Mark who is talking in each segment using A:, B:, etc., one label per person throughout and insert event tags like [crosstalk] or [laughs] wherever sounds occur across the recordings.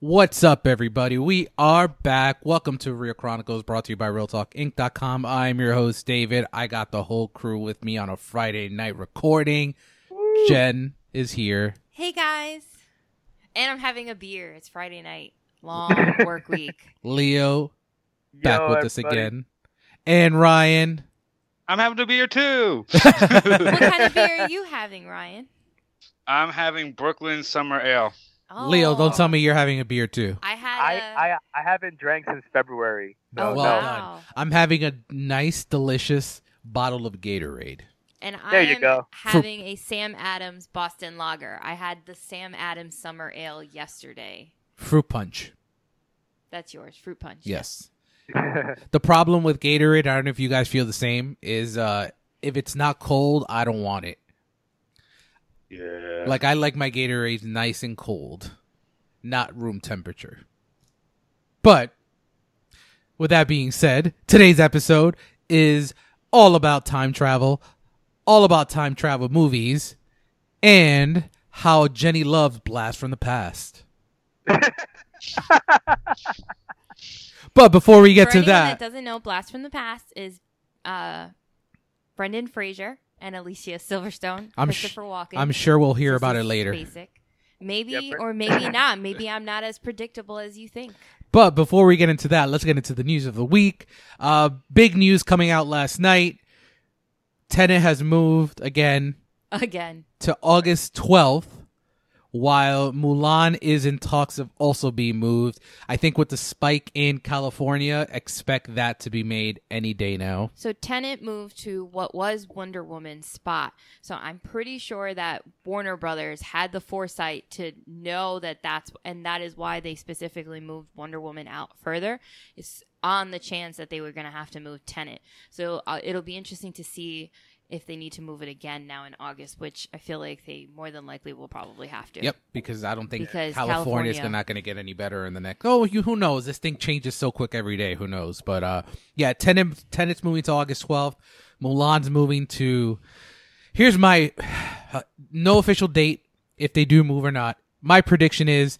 A: What's up, everybody? We are back. Welcome to Real Chronicles, brought to you by RealTalkInc.com. I'm your host, David. I got the whole crew with me on a Friday night recording. Jen is here.
B: Hey guys. And I'm having a beer. It's Friday night.
A: [laughs]
B: Long work week.
A: Leo,
C: Yo,
A: back with us
C: everybody.
A: again. And Ryan.
C: I'm having a
A: [laughs]
C: beer too. [laughs]
B: What kind of beer are you having, Ryan?
C: I'm having Brooklyn Summer Ale.
A: Leo, don't tell me you're having a beer too.
B: Oh, I had a
D: I, I I haven't drank since February.
A: Oh,
D: So
A: well
D: no.
A: done. I'm having a nice, delicious bottle of Gatorade.
B: and
D: There
B: I
D: you
B: am
D: go.
B: having a Sam Adams Boston Lager. I had the Sam Adams Summer Ale yesterday.
A: Fruit punch.
B: That's yours, fruit punch.
A: Yes. The problem with Gatorade, I don't know if you guys feel the same, is uh if it's not cold, I don't want it.
C: Yeah.
A: Like I like my Gatorade nice and cold, not room temperature. But with that being said, today's episode is all about time travel, all about time travel movies, and how Jenny loves Blast from the
B: [laughs]
A: Past. but before we get
B: For
A: to
B: anyone
A: that,
B: doesn't know, Blast from the Past is uh, Brendan Fraser and Alicia Silverstone.
A: I'm sh-
B: Christopher Walken.
A: I'm sure we'll hear
B: This
A: about it
B: is
A: later.
B: Basic. Maybe
D: Yeah, Bren-
B: or maybe not. Maybe I'm not as predictable as you think.
A: But before we get into that, let's get into the news of the week. Uh, big news coming out last night. Tenet has moved again
B: [laughs] Again.
A: to August 12th, while Mulan is in talks of also being moved. I think with the spike in California, expect that to be made any day now.
B: So Tenant moved to what was Wonder Woman's spot. So I'm pretty sure that Warner Brothers had the foresight to know that that's and that is why they specifically moved Wonder Woman out further. It's on the chance that they were going to have to move Tenant. So uh, it'll be interesting to see if they need to move it again now in August, which I feel like they more than likely will probably have to.
A: Yep, because I don't think
B: Because
A: California's
B: California-
A: not going to get any better in the next. Oh, you who knows? This thing changes so quick every day. Who knows? But uh, yeah, Tenet, Tenet's moving to August twelfth. Mulan's moving to. Here's my [sighs] uh, no official date if they do move or not. My prediction is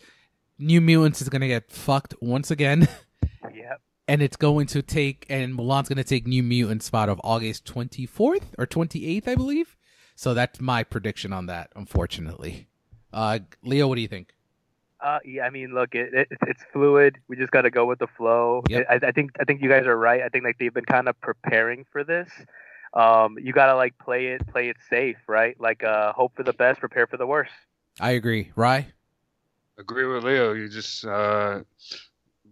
A: New Mutants is going to get fucked once again,
D: [laughs]
A: [laughs]
D: Yep.
A: and it's going to take and Mulan's going to take New Mutants spot of August twenty fourth or twenty eighth, I believe. So that's my prediction on that. Unfortunately, uh, Leo, what do you think?
D: Uh, yeah, I mean, look, it, it, it's fluid. We just got to go with the flow.
A: Yep.
D: I, I think I think you guys are right. I think like they've been kind of preparing for this. Um, you gotta like play it, play it safe, right? Like, uh, hope for the best, prepare for the worst.
A: I agree. Rye?
C: Agree with Leo. You just uh,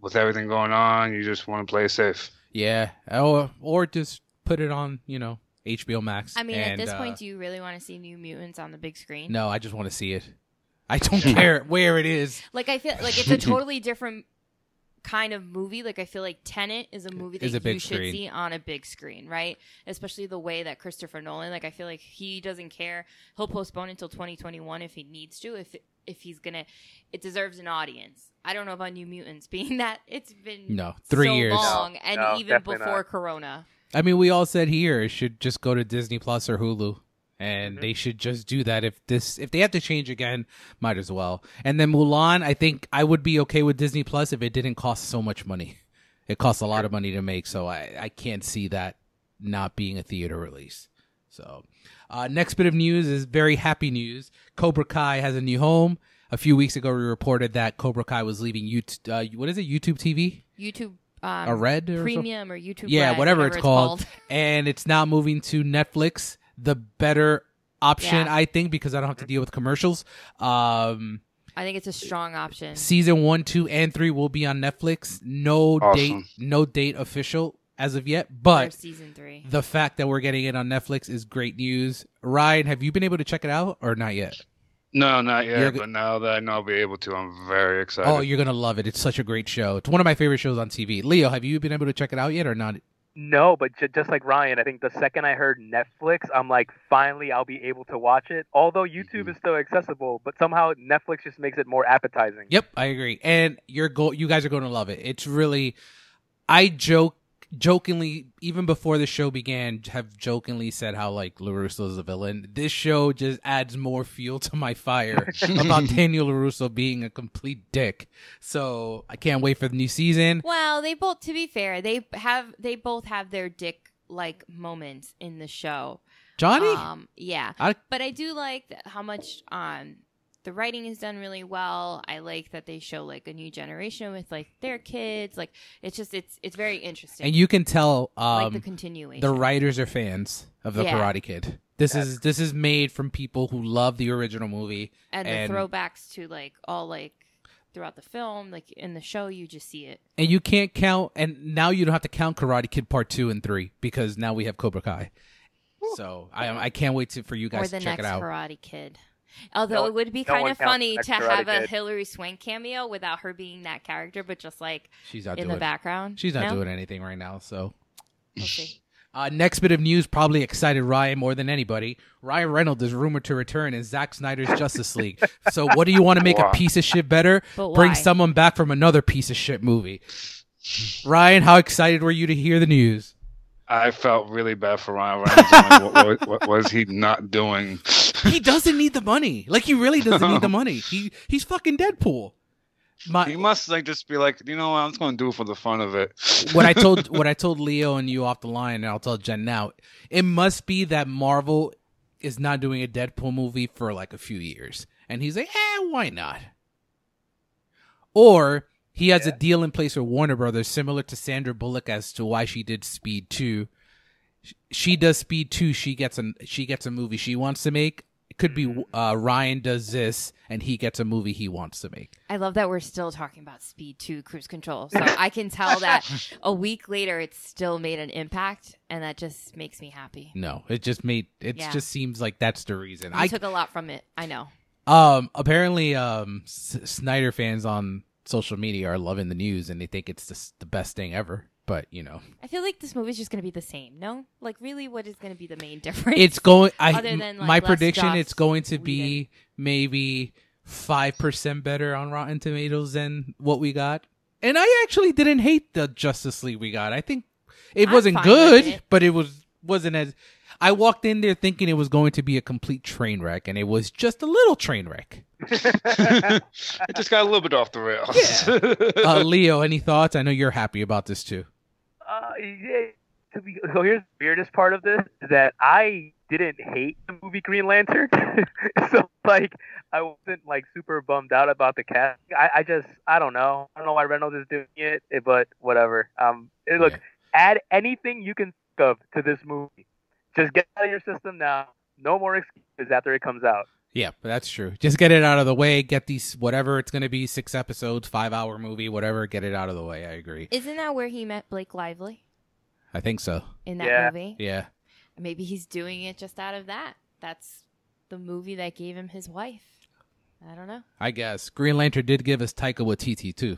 C: with everything going on, you just want to play safe.
A: Yeah. Or or just put it on, you know, HBO Max.
B: I mean, at
A: and,
B: this
A: uh,
B: point, do you really want to see New Mutants on the big screen?
A: no, I just want to see it. I [laughs] don't care where it is.
B: Like
A: [laughs]
B: I feel like it's a totally different kind of movie. Like I feel like Tenet is a movie
A: Is
B: that
A: a big
B: you should
A: screen.
B: see on a big screen, right? Especially the way that Christopher Nolan. Like I feel like he doesn't care. He'll postpone until 2021 if he needs to. If if he's gonna, it deserves an audience. I don't know about New Mutants [laughs] being that it's been
A: No, three
B: so
A: years.
B: long
D: No,
B: and
D: no,
B: even
D: definitely
B: before
D: not.
B: Corona.
A: I mean, we all said here it should just go to Disney Plus or Hulu. And
D: Mhm.
A: they should just do that if this if they have to change again, might as well. And then Mulan, I think I would be okay with Disney Plus if it didn't cost so much money. It costs a lot of money to make, so I, I can't see that not being a theater release. So, uh, next bit of news is very happy news. Cobra Kai has a new home. A few weeks ago, we reported that Cobra Kai was leaving YouTube. Uh, what is it? YouTube TV?
B: YouTube
A: A
B: um,
A: red or something?
B: Premium or YouTube?
A: Yeah,
B: Red,
A: whatever it's called. and it's now moving to Netflix, the better option
B: Yeah.
A: I think because I don't have to deal with commercials. Um
B: I think it's a strong option.
A: Season one, two, and three will be on Netflix. No
C: Awesome.
A: date, no date official as of yet,
B: for
A: but
B: season three.
A: the fact that we're getting it on Netflix is great news. Ryan, have you been able to check it out or not yet?
C: No, not yet.
A: You're-
C: but now that I know I'll be able to, I'm very excited.
A: Oh, you're gonna love it. It's such a great show. It's one of my favorite shows on TV. Leo, have you been able to check it out yet or not?
D: No, but ju- just like Ryan, I think the second I heard Netflix, I'm like, finally, I'll be able to watch it. Although YouTube
A: Mm-hmm.
D: is still accessible, but somehow Netflix just makes it more appetizing.
A: Yep, I agree. And you're go you guys are going to love it. It's really I joke jokingly even before the show began have jokingly said how like LaRusso is a villain. This show just adds more fuel to my
C: [laughs]
A: fire [laughs] about Daniel LaRusso being a complete dick. So, I can't wait for the new season.
B: Well, they both to be fair, they have they both have their dick like moments in the show.
A: Johnny?
B: Um yeah.
A: I-
B: but I do like th- how much um the writing is done really well. I like that they show like a new generation with like their kids. Like it's just it's it's very interesting.
A: and you can tell
B: like
A: um
B: the continuation.
A: the writers are fans of the
B: Yeah.
A: Karate Kid. This is this is made from people who love the original movie.
B: and,
A: and-
B: the throwbacks to like all like throughout the film, like in the show you just see it.
A: And you can't count, and now you don't have to count Karate Kid Part Two and Three because now we have Cobra Kai. So I I can't wait to, for you guys
B: or
A: to
B: the
A: check
B: next
A: it out.
B: Karate Kid. Although
D: No-
B: it would be
D: no
B: kind
D: one
B: of
D: counts the
B: funny
D: next
B: to
D: Karate
B: have a
D: Kid.
B: Hillary Swank cameo without her being that character, but just like
A: She's not
B: in
A: doing
B: the background.
A: she's not
B: No?
A: doing anything right now. So
B: We'll see.
A: uh, next bit of news probably excited Ryan more than anybody. Ryan Reynolds is rumored to return in Zack
B: [laughs]
A: Snyder's Justice League. So what do you want to make a
C: Wow.
A: piece of shit better?
B: But
A: Bring
B: why?
A: someone back from another piece of shit movie. Ryan, how excited were you to hear the news?
C: I felt really bad for Ryan Reynolds. I'm like, what, what, what was he not doing? [laughs]
A: he doesn't need the money. Like he really doesn't need the money. He he's fucking Deadpool.
C: he
A: My
C: must like just be like, you know what? I'm just gonna do it for the fun of it.
A: what I [laughs] told what I told Leo and you off the line, and I'll tell Jen now. It must be that Marvel is not doing a Deadpool movie for like a few years, and he's like, eh, why not? Or he has a
D: Yeah.
A: deal in place with Warner Brothers, similar to Sandra Bullock as to why she did Speed Two. Sh- She does Speed Two. She gets a she gets a movie she wants to make. It could be uh, Ryan does this, and he gets a movie he wants to make.
B: I love that we're still talking about Speed 2 Cruise Control. So I can tell that
A: [laughs]
B: a week later it's still made an impact, and that just makes me happy.
A: No, it just made it
B: Yeah.
A: just seems like that's the reason.
B: I took a lot from it. I know.
A: Um, apparently, um, S- Snyder fans on social media are loving the news and they think it's just the best thing ever. But you
B: [laughs]
A: know,
B: I feel like this movie's just going to be the same. No, like really, what is going to be the main [laughs] difference?
A: it's going. I
B: Other than, like,
A: my
B: less
A: prediction,
B: jobs
A: it's going to be maybe five percent better on Rotten Tomatoes than what we got. And I actually didn't hate the Justice League we got. I think it
B: I'm
A: wasn't
B: fine
A: good,
B: with it.
A: but it was wasn't as. I walked in there thinking it was going to be a complete train wreck, and it was just a little train wreck.
C: [laughs]
D: [laughs]
A: [laughs]
C: it just got a little bit off the rails. [laughs]
A: Uh, Leo, any thoughts? I know you're happy about this too.
D: Uh, yeah, to be, so here's the weirdest part of this is that I didn't hate the movie Green Lantern, [laughs] so like I wasn't like super bummed out about the cast. I, I just I don't know. I don't know why Reynolds is doing it, eh, but whatever. Um, it, look,
A: Yeah.
D: add anything you can think of to this movie. Just get it out of your system now. No more excuses after it comes out.
A: Yeah, but that's true. Just get it out of the way. Get these whatever it's going to be six episodes, five hour movie, whatever. Get it out of the way. I agree.
B: Isn't that where he met Blake Lively
A: I think so.
B: in that
D: Yeah.
B: movie?
A: Yeah,
B: Maybe he's doing it just out of that. That's the movie that gave him his wife. I don't know.
A: I guess Green Lantern did give us Taika Waititi too.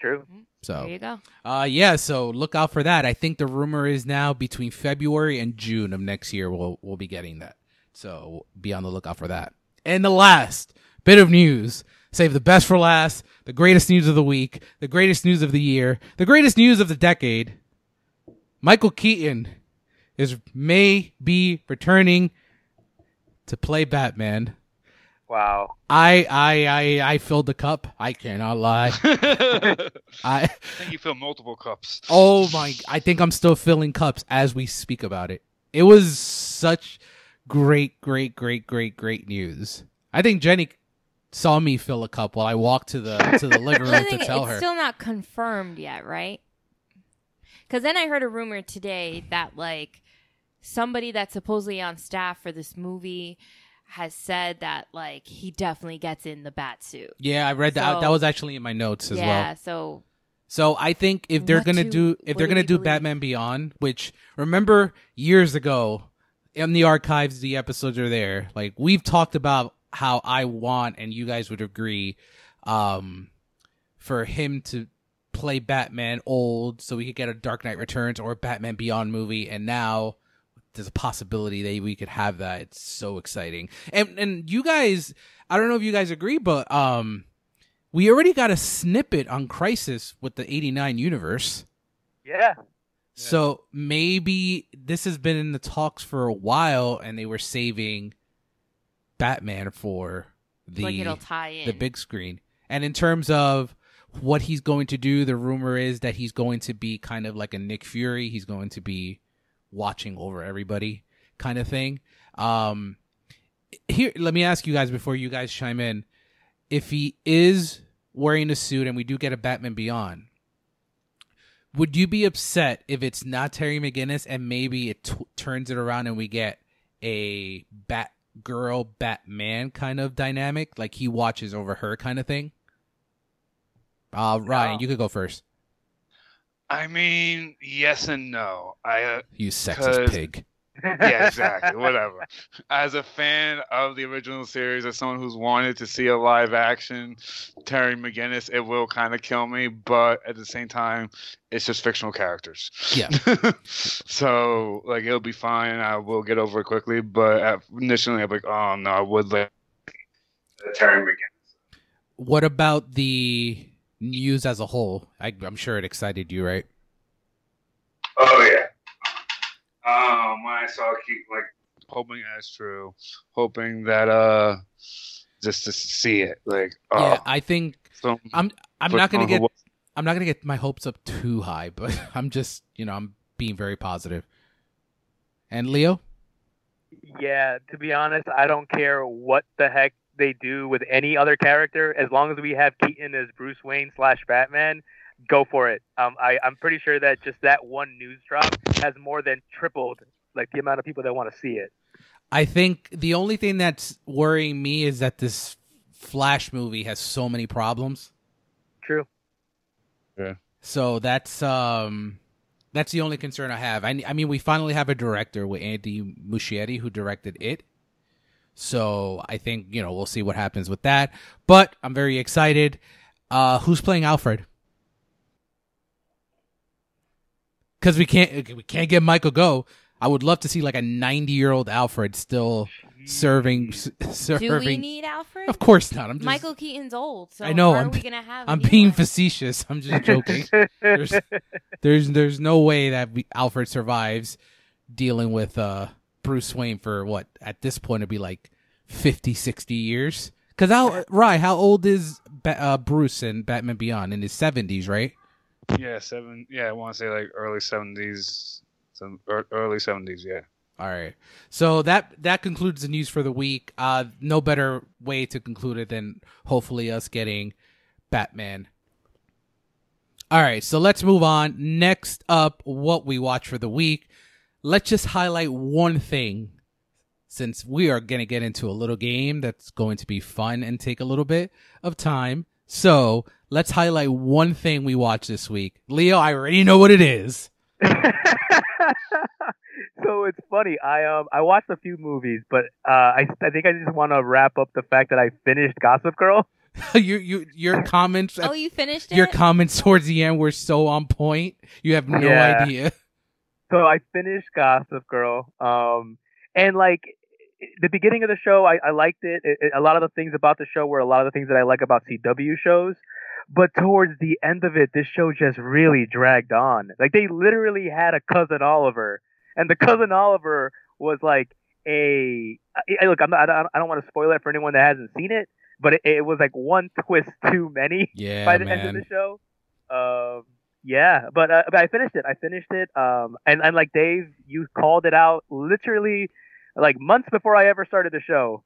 D: True.
B: There
A: So,
B: you go.
A: uh, yeah. So look out for that. I think the rumor is now between February and June of next year we'll we'll be getting that. So be on the lookout for that. And the last bit of news. Save the best for last. The greatest news of the week. The greatest news of the year. The greatest news of the decade. Michael Keaton is may be returning to play Batman.
D: Wow.
A: I I I I filled the cup. I cannot lie.
C: [laughs] I
A: I
C: think you feel multiple cups.
A: oh my I think I'm still filling cups as we speak about it. It was such great great great great great news. I think Jenny saw me fill a cup while I walked to the to the living
B: [laughs] Well,
A: room
B: the
A: to
B: thing is,
A: tell
B: it's
A: her.
B: still not confirmed yet, right? Because then I heard a rumor today that like somebody that's supposedly on staff for this movie has said that like he definitely gets in the bat suit.
A: Yeah, I read that.
B: So-
A: that was actually in my notes as
B: yeah,
A: well.
B: so
A: So I think if they're
B: What
A: gonna
B: do-
A: do
B: what
A: if they're
B: do
A: gonna
B: we
A: do
B: believe?
A: Batman Beyond, which remember years ago in the archives, the episodes are there. Like we've talked about how I want, and you guys would agree, um, for him to play Batman old, so we could get a Dark Knight Returns or a Batman Beyond movie, and now there's a possibility that we could have that. It's so exciting, and and you guys, I don't know if you guys agree, but um, we already got a snippet on Crisis with the '89 universe.
D: Yeah.
A: So maybe this has been in the talks for a while, and they were saving Batman for the
B: like it'll tie in.
A: the big screen. And in terms of what he's going to do, the rumor is that he's going to be kind of like a Nick Fury. He's going to be watching over everybody, kind of thing. Um, here, let me ask you guys before you guys chime in: if he is wearing a suit and we do get a Batman Beyond. Would you be upset if it's not Terry McGinnis and maybe it t- turns it around and we get a Batgirl Batman kind of dynamic, like he watches over her kind of thing. Uh, Ryan,
D: No.
A: you could go first.
C: I mean, yes and no. I uh,
A: You sexist
C: 'Cause-
A: pig.
C: yeah, exactly.
A: [laughs]
D: [laughs]
C: Whatever. As a fan of the original series, as someone who's wanted to see a live action Terry McGinnis, it will kind of kill me. But at the same time, it's just fictional characters.
A: Yeah.
C: [laughs] so like it'll be fine. I will get over it quickly. But at, initially, I'm like, oh no, I would like Terry McGinnis.
A: What about the news as a whole? I, I'm sure it excited you, right?
C: Oh yeah. Um, when I saw keep like hoping that's true, hoping that uh, just to see it like oh.
A: yeah, I think
C: So
A: I'm
C: But
A: not gonna
C: on
A: get
C: the-
A: I'm not gonna get my hopes up too high, [laughs] but I'm just you know I'm being very positive. And Leo,
D: Yeah, to be honest, I don't care what the heck they do with any other character. As long as we have Keaton as Bruce Wayne slash Batman, go for it. Um, I, I'm pretty sure that just that one news drop has more than tripled like the amount of people that want to see it.
A: I think the only thing that's worrying me is that this Flash movie has so many problems.
D: True.
A: So that's um that's the only concern I have. I, I mean, we finally have a director with Andy Muschietti who directed it. So I think you know we'll see what happens with that. But I'm very excited. Uh, who's playing Alfred? Because we can't we can't get Michael Go. I would love to see like a 90 year old Alfred still serving s- serving.
B: Do we need Alfred?
A: of course not. I'm just
B: Michael Keaton's old, so
A: I know,
B: How
A: I'm
B: are we gonna have? a
A: I'm
B: new
A: being
B: one?
A: facetious. I'm just joking. There's- There's there's no way that we, Alfred survives dealing with uh Bruce Wayne for what at this point it'd be like 50 60 years. Cuz how right, how old is ba- uh, Bruce in Batman Beyond in his 70s, right?
C: yeah, seven. Yeah, I want to say like early seventies, some ear- early seventies. Yeah.
A: All right. So that that concludes the news for the week. Uh no better way to conclude it than hopefully us getting Batman. All right, so let's move on. Next up, what we watch for the week. Let's just highlight one thing since we are going to get into a little game that's going to be fun and take a little bit of time. So, let's highlight one thing we watched this week. Leo, I already know what it is.
D: [laughs]
A: [laughs]
D: so it's funny. I um I watched a few movies, but uh, I I think I just want to wrap up the fact that I finished Gossip Girl.
A: you you your comments at
B: Oh, you finished it.
A: your comments [laughs] towards the end were so on point. You have no
D: Yeah.
A: idea.
D: So I finished Gossip Girl. Um, and like the beginning of the show, I, I liked it. It- it- A lot of the things about the show were a lot of the things that I like about CW shows. But towards the end of it, this show just really dragged on. Like they literally had a cousin Oliver, and the cousin Oliver was like a I- I- look. I'm not, I don't, I don't want to spoil it for anyone that hasn't seen it, but it, it was like one twist too many [laughs]
A: Yeah,
D: by the
A: man.
D: end of the show. Um, yeah, but, uh, but I finished it. I finished it. Um, and, and like Dave, you called it out literally like months before I ever started the show.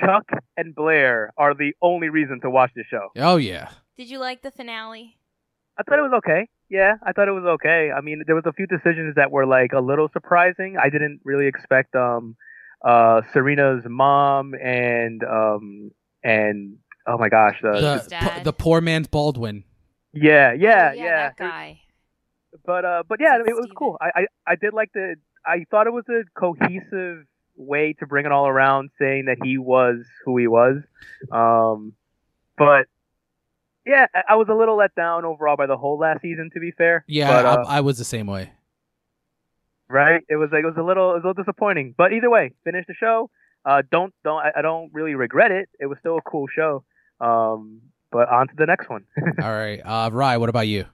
D: Chuck and Blair are the only reason to watch the show.
A: oh yeah,
B: Did you like the finale?
D: I thought it was okay. Yeah, I thought it was okay. I mean, there was a few decisions that were like a little surprising. I didn't really expect um uh, Serena's mom and um, and oh my gosh, uh,
B: The-
A: the,
B: His dad.
A: the poor man's Baldwin.
D: yeah, yeah,
B: Oh,
D: yeah.
B: That guy.
D: [laughs] But uh, but yeah,
B: Is it
D: I mean, it was
B: Steven?
D: cool. I, I I did like the. I thought it was a cohesive way to bring it all around, saying that he was who he was. Um, but yeah, I- I was a little let down overall by the whole last season. To be fair,
A: Yeah,
D: But, uh,
A: I, I was the same
D: [laughs]
A: way.
D: right? It was like it was a little it was a little disappointing. But either way, finish the show. Uh, don't don't I, I don't really regret it. It was still a cool show. Um, but on to the next one. [laughs]
A: All right, uh, Rye, what about you?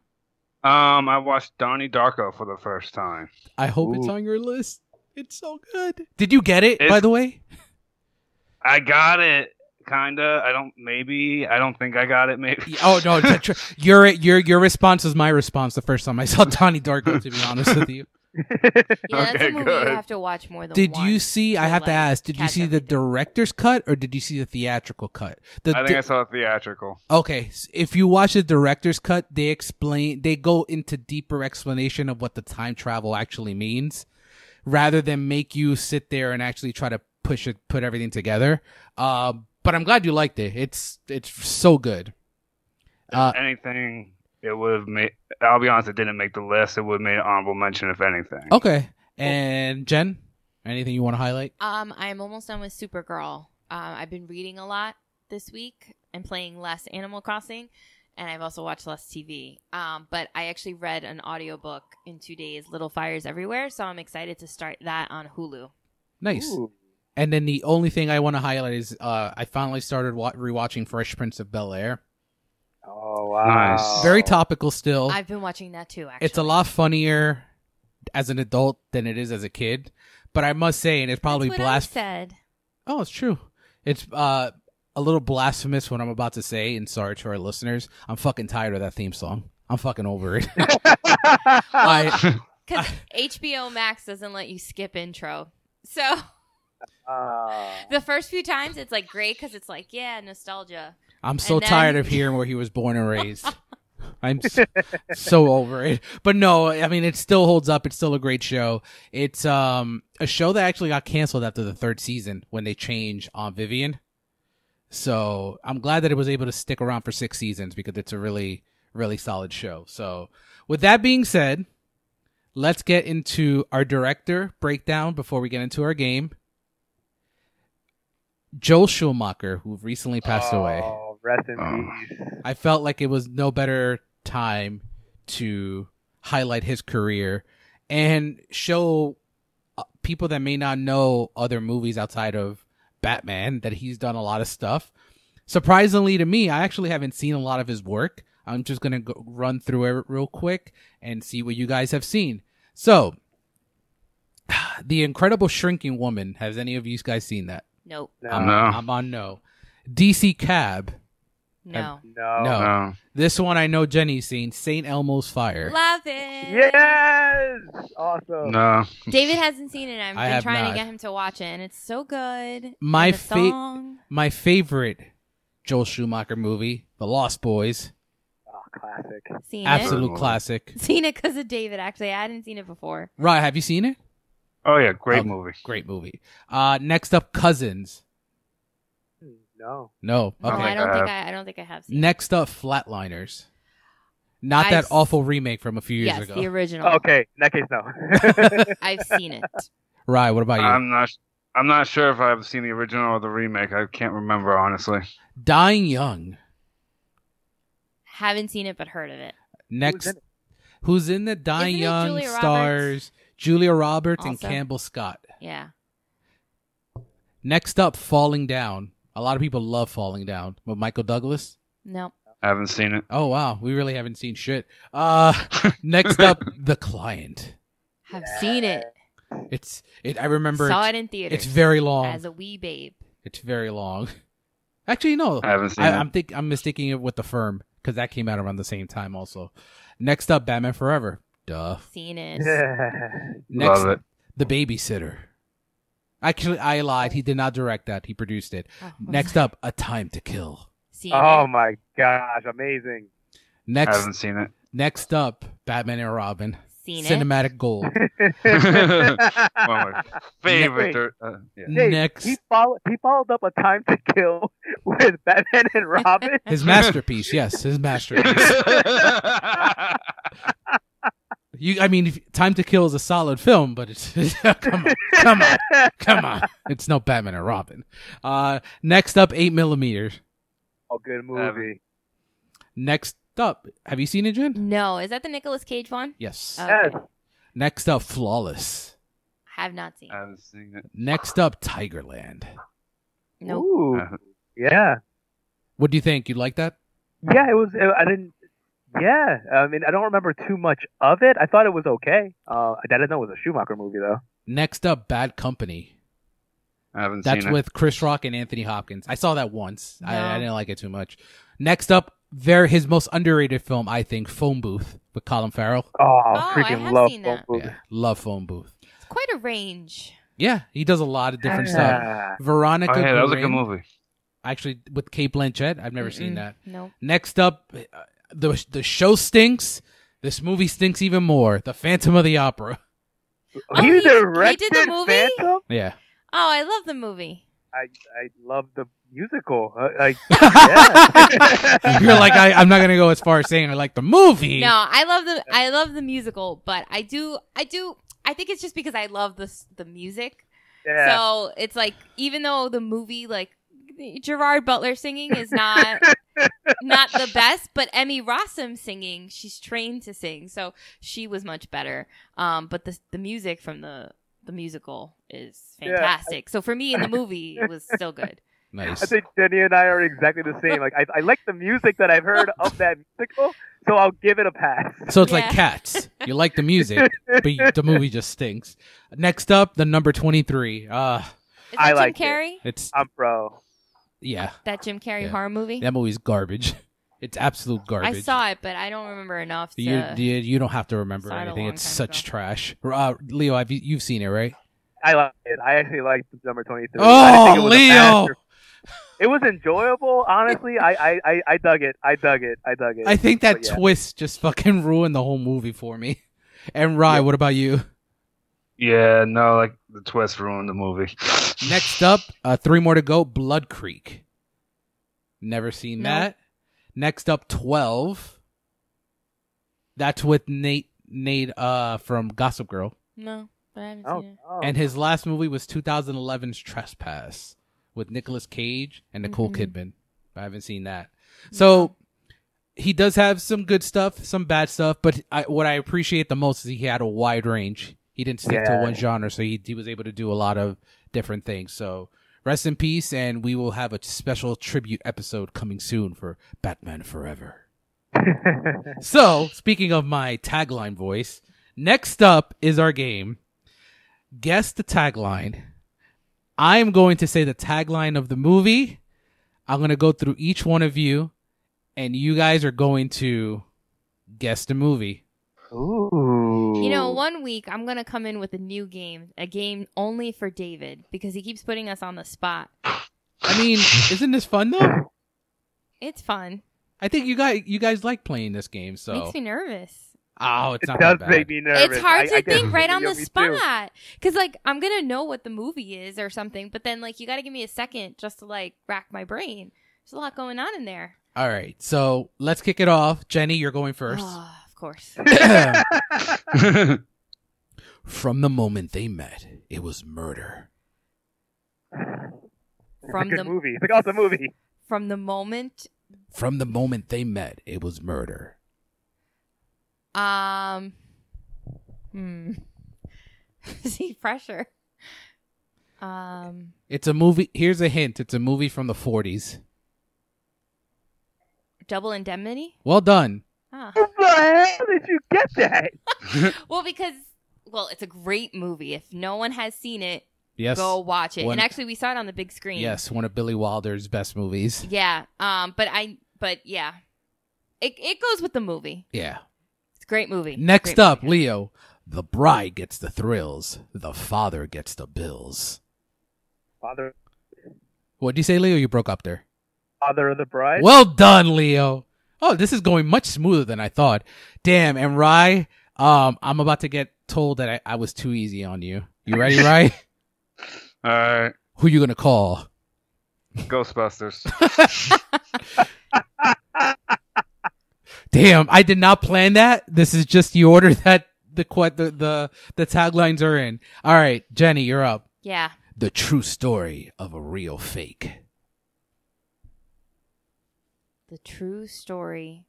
C: Um, I watched Donnie Darko for the first time.
A: I hope it's
C: Ooh.
A: on your list. It's so good. Did you get it? by
C: It's-
A: the way,
C: I got it, kinda. I don't. Maybe I don't think I got it. Maybe.
A: oh
C: [laughs]
A: no, it's a tr-
D: [laughs]
A: your your your response was my response the first time I saw Donnie Darko. To be honest with
B: [laughs]
A: you,
B: Yeah, that's
C: Okay,
B: a movie
C: good.
B: you have to watch more than
A: did you
B: once
A: see?
B: to,
A: I have to
B: like,
A: ask. Did you
B: catch
A: see the
B: everything.
A: director's cut or did you see the theatrical cut? The
C: I think I saw it theatrical.
A: Okay, s- if you watch the director's cut, they explain they go into deeper explanation of what the time travel actually means rather than make you sit there and actually try to push it put everything together. Uh, but I'm glad you liked it. It's it's so good. Uh,
C: Anything it would have made. I'll be honest, it didn't make the list. It would have made an honorable mention if anything.
A: okay. And Jen, anything you want to highlight?
B: Um, I'm almost done with Supergirl. Um, I've been reading a lot this week and playing less Animal Crossing, and I've also watched less TV. Um, but I actually read an audiobook in two days, Little Fires Everywhere, so I'm excited to start that on Hulu.
A: Nice.
D: Ooh.
A: And then the only thing I want to highlight is uh, I finally started wa- rewatching Fresh Prince of Bel Air.
D: Oh wow!
C: Nice.
A: Very
D: [laughs]
A: topical still.
B: I've been watching that too, actually.
A: it's a lot funnier as an adult than it is as a kid. But I must say, and it's probably
B: That's what I
A: blas-
B: said.
A: Oh, it's true. It's uh, a little blasphemous what I'm about to say, and sorry to our listeners. I'm fucking tired of that theme song. I'm fucking over it. [laughs] I
B: Because
A: [laughs]
B: HBO Max doesn't let you skip intro. So [laughs]
D: Ah.
B: the first few times it's like great because it's like, yeah, nostalgia.
A: I'm so
B: And then-
A: tired of
B: [laughs]
A: hearing where he was born and raised. I'm s- so over it. But no, I mean it still holds up. It's still a great show. It's um a show that actually got canceled after the third season when they changed on Vivian. So I'm glad that it was able to stick around for six seasons because it's a really, really solid show. So with that being said, let's get into our director breakdown before we get into our game. Joel Schumacher, who recently passed away.
D: Oh, Rest in
C: Oh.
D: peace.
A: I felt like it was no better time to highlight his career and show uh, people that may not know other movies outside of Batman that he's done a lot of stuff. Surprisingly to me, I actually haven't seen a lot of his work. I'm just going to go run through it real quick and see what you guys have seen. So, [sighs] The Incredible Shrinking Woman. Has any of you guys seen that?
B: Nope.
D: No,
A: I'm,
C: No.
A: I'm on no. DC Cab.
B: No.
A: No. [laughs]
D: no.
C: [laughs] No.
A: This one I know Jenny's seen, St. Elmo's Fire.
B: Love it.
D: Yes,
A: Oh.
D: awesome.
C: No.
B: David hasn't seen it. I've
A: I
B: been
A: have
B: trying
A: not.
B: to get him to watch it, and it's so good.
A: My
B: And the
A: fa-
B: song.
A: My favorite Joel Schumacher movie, The Lost Boys.
D: Oh, classic.
B: Seen
A: Absolute
C: Good one.
A: classic.
B: it. Seen it because of David. Actually, I hadn't seen it before.
A: Right, have you seen it?
C: Oh yeah, great
A: Oh.
C: movie.
A: Great movie. Uh next up Cousins.
D: No.
A: No.
B: Oh,
A: Okay.
B: I don't
C: Uh,
B: think I, I don't think I have seen. it.
A: next up Flatliners. Not
B: I've
A: that
B: s-
A: awful remake from a few years
B: Yes,
A: ago.
B: the original.
D: Okay, in that case, no.
B: I've seen it.
A: Right, what about you?
D: Um,
C: I'm not. I'm not sure if I've seen the original or the remake. I can't remember honestly.
A: Dying Young.
B: haven't seen it, but heard of it.
A: [laughs] Next
D: in it?
A: who's in the Dying
B: Isn't it
A: Young
B: Julia Roberts?
A: stars Julia Roberts and
B: Also.
A: Campbell Scott.
B: Yeah.
A: Next up Falling Down. A lot of people love Falling Down with Michael Douglas.
B: No.
C: I haven't seen it.
A: Oh wow, we really haven't seen shit.
C: [laughs]
A: Uh next up the client.
B: Have seen it.
A: It's it I remember
B: Saw
A: it's,
B: it in theaters.
A: it's very long.
B: as a wee babe.
A: It's very long. Actually no.
C: I haven't seen
A: I,
C: it.
A: I'm think I'm mistaking it with the firm cuz that came out around the same time also. Next up Batman Forever. Duh.
B: Seen it.
D: Yeah.
A: Next
C: Love it.
A: The Babysitter. Actually I lied. He did not direct that. He produced it.
B: Oh.
A: Next up A Time to Kill.
B: Seen
D: Oh
B: it.
D: my gosh, amazing. [laughs]
C: I
A: Next
C: haven't seen it.
A: next up Batman and Robin.
B: seen it.
A: Cinematic
B: [laughs]
A: gold.
C: One of my favorite.
D: Wait.
C: thir- uh, yeah.
D: Jake,
A: Next,
D: He followed. He followed up a time to kill with Batman and Robin.
A: his masterpiece. Yes, his masterpiece. [laughs] You, I mean, if- Time to Kill is a solid film, but it's [laughs] come on, come on, come on. It's no Batman and Robin. Uh, next up, eight millimeters.
D: [laughs] oh, good movie.
A: Next up, have you seen it, Jen?
B: No, is that the Nicolas Cage one?
A: Yes.
B: Uh,
D: Yes.
A: Next up, Flawless.
B: I have not seen.
C: [laughs] I
D: Uh,
B: it.
C: haven't seen it.
A: Next up, Tigerland.
B: No.
D: Ooh.
C: Uh-huh.
D: Yeah.
A: What do you think? You like that?
D: Yeah. It was. uh, I didn't. Yeah. I mean, I don't remember too much of it. I thought it was okay. Uh, I didn't know it was a Schumacher movie though.
A: Next up, Bad Company.
C: I haven't
A: That's
C: seen it.
A: with Chris Rock and Anthony Hopkins. I saw that once. I, I
B: No.
A: didn't like it too much. Next up, there his most underrated film, I think, Phone Booth with Colin Farrell.
D: Oh,
B: I
D: freaking
B: have
D: love
B: seen
D: both
B: that.
D: movies.
A: Yeah, love Phone Booth.
B: It's quite a range.
A: Yeah, he does a lot of
B: Uh,
A: different stuff.
D: Yeah.
A: Veronica.
C: Oh, yeah, that was a good
A: Guerin,
C: movie.
A: Actually, with Kate Blanchett, I've never seen
B: Mm-mm.
A: that.
B: No.
A: Next up, uh, the the show stinks. This movie stinks even more. The Phantom of the
B: [laughs]
A: Opera.
B: Oh, he-
D: he,
B: he did the
D: directed
B: movie?
D: Phantom.
A: Yeah.
B: Oh, I love the movie.
D: I I love the musical. Uh, like
A: [laughs] [laughs] You're like I, I'm not gonna go as far as saying I like the movie.
B: No, I love the I love the musical, but I do I do I think it's just because I love the s- the music.
D: yeah.
B: So it's like even though the movie like Gerard Butler singing is
D: [laughs]
B: not not the best, but Emmy Rossum singing, she's trained to sing, so she was much better. Um, but the the music from the the musical is
D: Yeah.
B: fantastic. so for me in the movie, it was still good.
A: Nice.
D: I think Jenny and I are exactly the same. Like I, I like the music that I've heard of that musical, so I'll give it a pass.
A: So it's like
B: Yeah. [laughs]
A: cats. You like the music, but you- the movie just stinks. Next up, the number twenty three. Uh
B: Is that
D: I
B: Jim
D: liked it.
B: Carrey?
A: it's
D: I'm pro.
A: yeah.
B: That Jim Carrey
A: Yeah.
B: horror movie?
A: That movie's garbage. [laughs] It's absolute garbage.
B: I saw it, but I don't remember enough. To,
A: You, you you don't have to remember
B: saw it a
A: anything.
B: long
A: It's
B: time
A: such
B: ago.
A: trash. Uh, Leo, have you, you've seen it, right?
D: I like it. I actually like number twenty three.
A: Oh,
D: it was a
A: Leo!
D: master- It was enjoyable, honestly. I, I, I, I dug it. I dug it. I dug it.
A: I think that
D: But yeah.
A: twist just fucking ruined the whole movie for me. [laughs] And Rye, what about you?
C: Yeah, no, like the twist ruined the movie.
A: Next
C: [laughs]
A: up, uh, three more to go. Blood Creek. Never seen
B: No.
A: that. Next up, twelve. That's with Nate Nate uh from Gossip Girl,
B: No, but I haven't
D: Oh,
B: seen it.
D: oh.
A: and his last movie was 2011's Trespass with Nicolas Cage and Nicole
B: Mhm.
A: Kidman. I haven't seen that. So
B: No.
A: he does have some good stuff, some bad stuff, but I, what I appreciate the most is he had a wide range. He didn't stick to
D: Yeah.
A: one genre, so he, he was able to do a lot of different things. So rest in peace, and we will have a special tribute episode coming soon for Batman Forever. So, speaking of my tagline voice, next up is our game. Guess the tagline. I'm going to say the tagline of the movie. I'm going to go through each one of you, and you guys are going to guess the movie.
D: [laughs] Ooh.
B: You know, one week I'm gonna come in with a new game, a game only for David because he keeps putting us on the spot.
A: I
D: [laughs]
A: mean, isn't this fun though?
B: It's fun.
A: I think you guys you guys like playing this game, so
B: Makes me nervous.
A: oh, it's
D: It
A: not
D: does
A: that bad.
D: make me nervous.
B: It's hard
D: I-
B: to
D: I guess
B: think right on
D: you'll
B: the
D: be too.
B: spot because, like, I'm gonna know what the movie is or something, but then like you got to give me a second just to like rack my brain. There's a lot going on in there.
A: All right, so let's kick it off. Jenny, you're going first.
B: Ah, of course.
A: [coughs] From the moment they met, it was murder.
B: From
D: Good
B: the
D: movie. It's like
B: [laughs]
D: awesome movie.
B: from the moment,
A: From the moment they met, it was murder.
B: um, hmm, [laughs] see pressure. Um.
A: It's a movie. Here's a hint. It's a movie from the 40s.
B: Double indemnity?
A: Well done.
B: Ah.
D: How the hell did you get that?
B: Well, because well, it's a great movie. If no one has seen it,
A: Yes.
B: go watch it.
A: One-
B: And actually, we saw it on the big screen.
A: Yes, one of Billy Wilder's best movies.
B: Yeah. Um. But I. But yeah. It it goes with the movie.
A: Yeah.
B: It's a great movie.
A: Next
B: Great
A: up,
B: movie.
A: Leo. The bride gets the thrills. The father gets the bills.
D: Father,
A: What do you say, Leo? You broke up there.
D: father of the bride.
A: Well done, Leo. Oh, this is going much smoother than I thought. Damn. And Rye, Um, I'm about to get told that I, I was too easy on you. You
B: [laughs]
A: ready, right?
C: All right,
A: Who you gonna call?
C: Ghostbusters.
B: [laughs]
A: Damn, I did not plan that. This is just the order [laughs] that the que- the the, the taglines are in. All right, Jenny, you're up.
B: Yeah.
A: The true story of a real fake.
B: The true story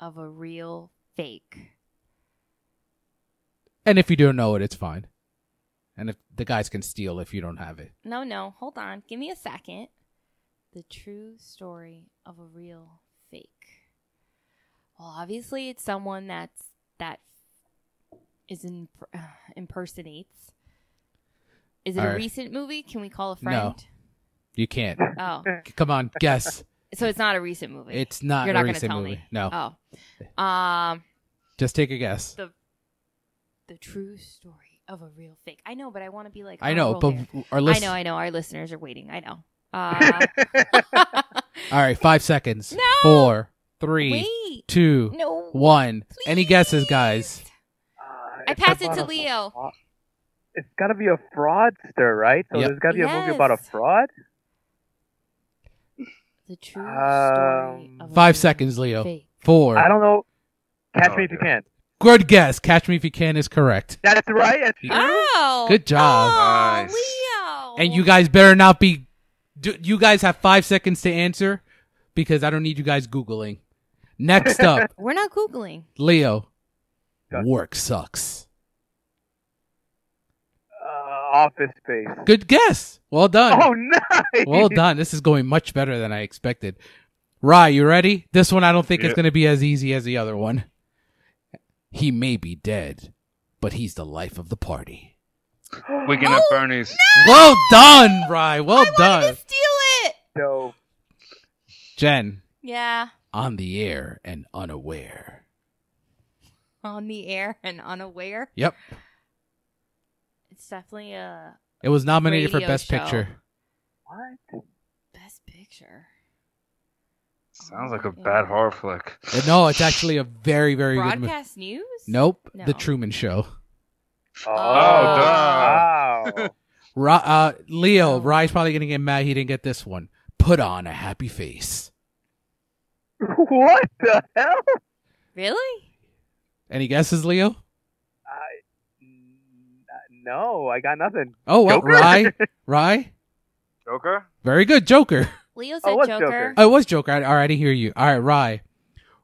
B: of a real fake.
A: And if you don't know it, it's fine. And if the guys can steal if you don't have it.
B: No, no, hold on. Give me a second. The true story of a real fake. Well, obviously, it's someone that's that is in [sighs] impersonates. Is it a
A: Alright.
B: recent movie? Can we call a friend?
A: You
B: [laughs]
A: can't.
B: Oh,
A: Come on, guess.
B: so it's not a recent movie.
A: It's not
B: You're
A: a
B: not gonna
A: recent
B: tell
A: movie.
B: me.
A: No. [laughs]
B: oh, um,
A: Just take a guess.
B: the true story of a real fake. I know, but I want to be like
A: I
B: on a
A: know,
B: roll
A: but
B: here.
A: our list.
B: I know, I know. Our listeners are waiting.
A: [laughs]
B: I know. [laughs]
D: [laughs]
B: Uh, [laughs]
A: All right, five seconds.
B: No!
A: Four, three,
B: wait,
A: two,
B: no.
A: one. Any guesses, guys?
B: Please.
D: Uh,
B: I
D: it's
B: pass it
D: about
B: to
D: a-
B: Leo.
D: It's got to be a fraudster, right? So
A: Yep.
D: there's got to be a movie about a
B: Yes.
D: fraud.
B: The true story.
D: Um,
B: Of a
A: Five
B: real
A: seconds, Leo.
B: Fake.
A: Four.
D: I don't know. Catch
C: No
A: Oh,
D: me if you
C: idea.
D: can.
A: Good guess. Catch me if you can is correct.
D: That's right. That's
A: You-
D: true.
B: Oh,
A: Good job.
B: Oh,
C: Nice.
B: Leo.
A: And you guys better not be. Do, you guys have five seconds to answer because I don't need you guys googling. Next up,
B: We're not googling.
A: Leo.
D: Yeah.
A: Work sucks.
D: Uh, office Space.
A: Good guess. Well done.
D: Oh, [laughs] nice.
A: Well done. This is going much better than I expected. Rye, you ready? This one I don't think is
C: Yeah.
A: going to be as easy as the other one. He may be dead, but he's the life of the party.
D: [gasps]
C: Weekend
B: Oh,
C: at Bernie's.
A: Well done, Rye. Well
B: I wanted
A: done.
B: to steal it.
D: So,
A: Jen,
B: Yeah,
A: on the air and unaware.
B: on the air and unaware.
A: Yep.
B: It's definitely uh, a
A: It was nominated for
B: Radio
A: Best
B: show.
A: Picture.
D: what?
B: best picture.
C: Sounds like a bad horror flick.
A: Uh, No, it's actually a very, very good movie.
B: Broadcast news?
A: Nope.
B: No.
A: The Truman Show.
D: Oh,
C: duh.
D: Wow.
A: Ra- uh, Leo,
B: Oh.
A: Rye's probably going to get mad he didn't get this one. Put on a happy face.
D: [laughs] what the hell?
B: Really?
A: Any guesses, Leo?
D: I, n- no, I got nothing.
A: Oh, well,
D: Joker? [laughs]
A: Rye. Rye.
C: Joker?
A: Very good, Joker.
B: Leo said
D: Oh, what's
B: Joker.
D: Joker?
A: I was Joker. I already hear you. All right, Rye.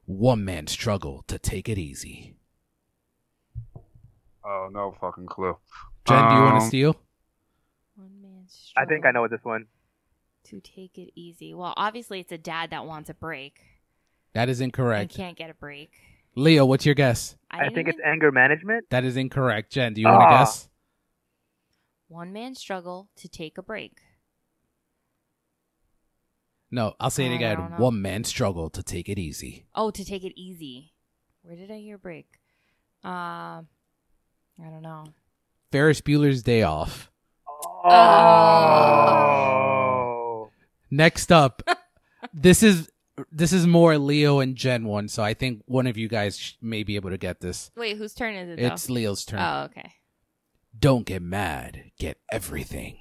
A: One man struggle to take it easy.
C: Oh, no fucking clue.
A: Jen, do you want to
C: Um,
A: steal?
B: One man struggle.
D: I think I know what this one.
B: To take it easy. Well, obviously it's a dad that wants a break.
A: That is
B: and
A: incorrect.
B: can't get a break.
A: Leo, what's your guess?
D: I,
B: didn't
D: think it's
B: even-
D: anger management.
A: That is incorrect. Jen, do you want to
D: Ah.
A: guess?
B: one man struggle to take a break.
A: No, I'll say it
B: I
A: again.
B: don't know.
A: One man struggle to take it easy.
B: Oh, to take it easy. Where did I hear break? Um, I don't know.
A: Ferris Bueller's Day Off.
D: Oh.
A: Next
B: [laughs]
A: up, this is this is more Leo and Jen one, so I think one of you guys sh- may be able to get this.
B: Wait, whose turn is it? Though?
A: It's Leo's turn.
B: oh, okay.
A: Don't get mad. Get everything.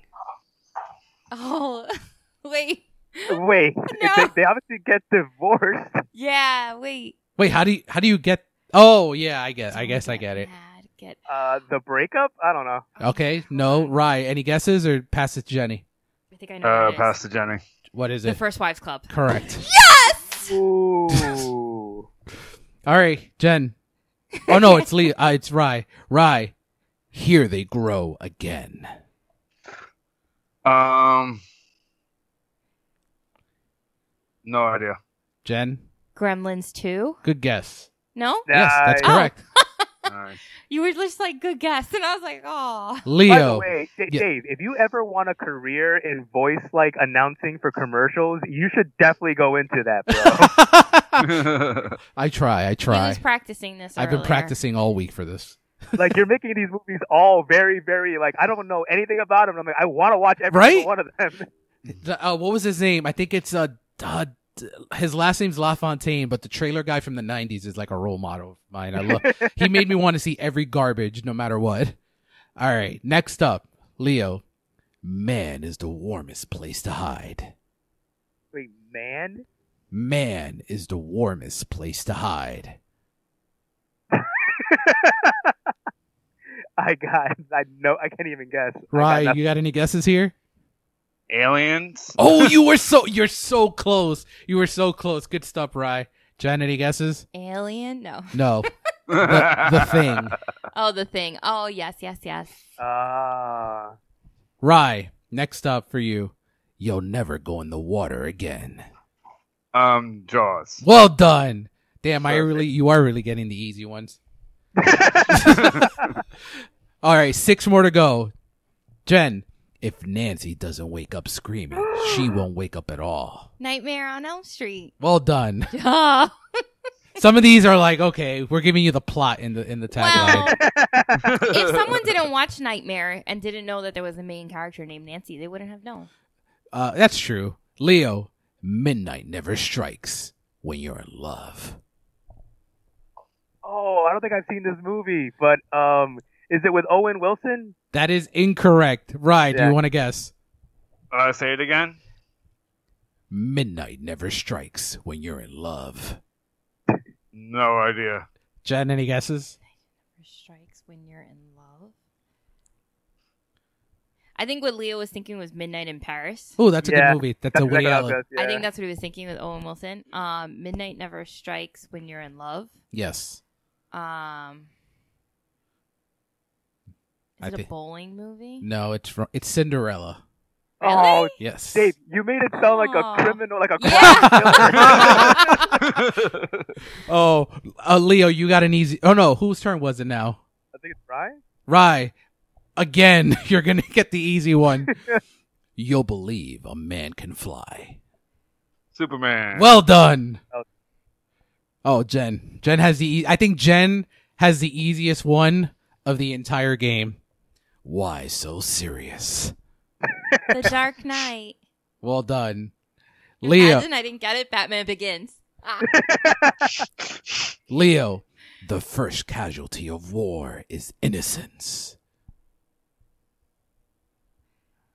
B: Oh, [laughs] wait.
D: Wait, they, they obviously get divorced.
B: Yeah, wait.
A: Wait, how do you how do you get? Oh yeah, I get. I guess I get it.
B: Mad, get
D: Uh, the breakup? I don't know.
A: Okay, no, Rye. Any guesses or pass it to Jenny?
B: I think I know.
C: Uh,
B: what it is.
C: Pastor Jenny.
A: What is
B: The
A: it?
B: First Wives Club.
A: Correct.
B: Yes.
D: Ooh.
A: All right, Jen. Oh no, it's Leo. Uh, it's Rye. Rye. Here they grow again.
C: Um, no idea.
A: Jen,
B: Gremlins Two.
A: good guess.
B: No,
A: Yes, that's
D: Nice.
A: correct.
C: Alright. [laughs]
B: you were just like good guess, and I was like, oh.
D: By the
A: Leo. [laughs]
D: way, D-
A: Yeah.
D: Dave, if you ever want a career in voice like announcing for commercials, you should definitely go into that, bro.
A: I try. I
B: He
A: try.
B: was practicing this.
A: I've been
B: earlier.
A: practicing all week for this.
D: like you're making these movies all very, very like I don't know anything about them. [laughs] I'm like I want to watch every
A: Right?
D: single one of them.
A: The- uh, what was his name? I think it's uh, uh his last name's LaFontaine, but the trailer guy from the '90s is like a role model of mine. I
D: [laughs]
A: love. he made me want to see every garbage, no matter what. All right, next up, Leo. Man is the warmest place to hide.
D: Wait, man?
A: Man is the warmest place to hide.
D: I got. I know. I can't even guess. I got
A: Rye,
D: nothing.
A: you got any guesses here?
C: Aliens.
A: Oh, you were so you're so close. You were so close. Good stuff, Rye. Jen, any guesses?
B: Alien? No.
A: No. Oh, The,
C: [laughs]
A: the thing.
B: Oh, the thing. Oh, yes, yes, yes.
D: Uh, Ah. [laughs]
A: Rye, next up for you. You'll never go in the water again.
C: Um, Jaws.
A: Well done. Damn, I
C: Perfect.
A: really you are really getting the easy ones. [laughs] All right, six more to go. Jen, if Nancy doesn't wake up screaming, she won't wake up at all.
B: Nightmare on Elm Street.
A: Well done.
B: [laughs] Duh.
A: Some of these are like, okay, we're giving you the plot in the in the tagline. [laughs]
B: Well, if someone didn't watch Nightmare and didn't know that there was a main character named Nancy, they wouldn't have known.
A: Uh, that's true. Leo, midnight never strikes when you're in love.
D: oh, I don't think I've seen this movie, but um, is it with Owen Wilson?
A: That is incorrect. Right? Do
D: Yeah.
A: you want to guess?
C: Uh, say it again.
A: Midnight never strikes when you're in love.
C: No idea. [laughs]
A: Jen, any guesses?
B: Strikes when you're in love. I think what Leo was thinking was Midnight in Paris.
A: Oh, that's a
D: Yeah,
A: good movie. That's a Woody
D: exactly what I was
A: Allen.
D: gonna-
B: I think
D: yeah.
B: that's what he was thinking with Owen Wilson. Um, Midnight never strikes when you're in love.
A: Yes.
B: Um,
A: I
B: is it
A: thi-
B: a bowling movie?
A: No, it's from, it's Cinderella.
D: Oh,
A: Yes.
D: Dave, you made it sound like
B: Aw.
D: a criminal, like a
B: [laughs] Yeah.
D: crime killer.
A: [laughs] [laughs] Oh, uh, Leo, you got an easy. Oh no, whose turn was it now?
D: I think it's Ryan.
A: Rye, again, [laughs] you're gonna get the easy [laughs] one. You'll believe a man can fly.
C: Superman.
A: Well done.
D: Oh.
A: Oh, Jen. Jen has the. E- I think Jen has the easiest one of the entire game. Why so serious?
B: [laughs] the Dark Knight.
A: Well done, Leo.
B: Imagine I didn't get it. Batman Begins. Ah.
A: Leo, the first casualty of war is innocence.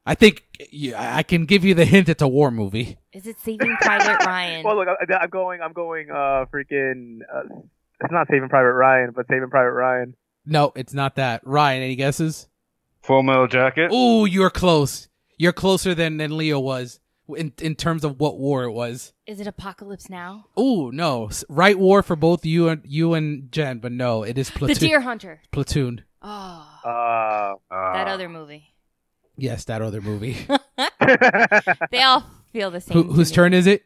A: I think yeah, I- I can give you the hint. It's a war movie.
B: Is it Saving
D: [laughs]
B: Private Ryan?
D: Well, look, I, I'm going. I'm going. Uh, freaking. Uh, it's not Saving Private Ryan, but Saving Private Ryan.
A: No, it's not that. Ryan, any guesses?
C: Full Metal Jacket.
A: Ooh, you're close. You're closer than than Leo was in in terms of what war it was.
B: Is it Apocalypse Now?
A: Ooh, no, S- right war for both you and you and Jen, but no, it is platoon.
B: The Deer Hunter.
A: Platoon.
B: Oh,
D: Uh,
C: Uh,
B: that other movie. [laughs]
A: Yes, that other movie. [laughs]
D: [laughs]
B: They all feel the same.
A: Who,
B: to
A: whose
B: me.
A: turn is it?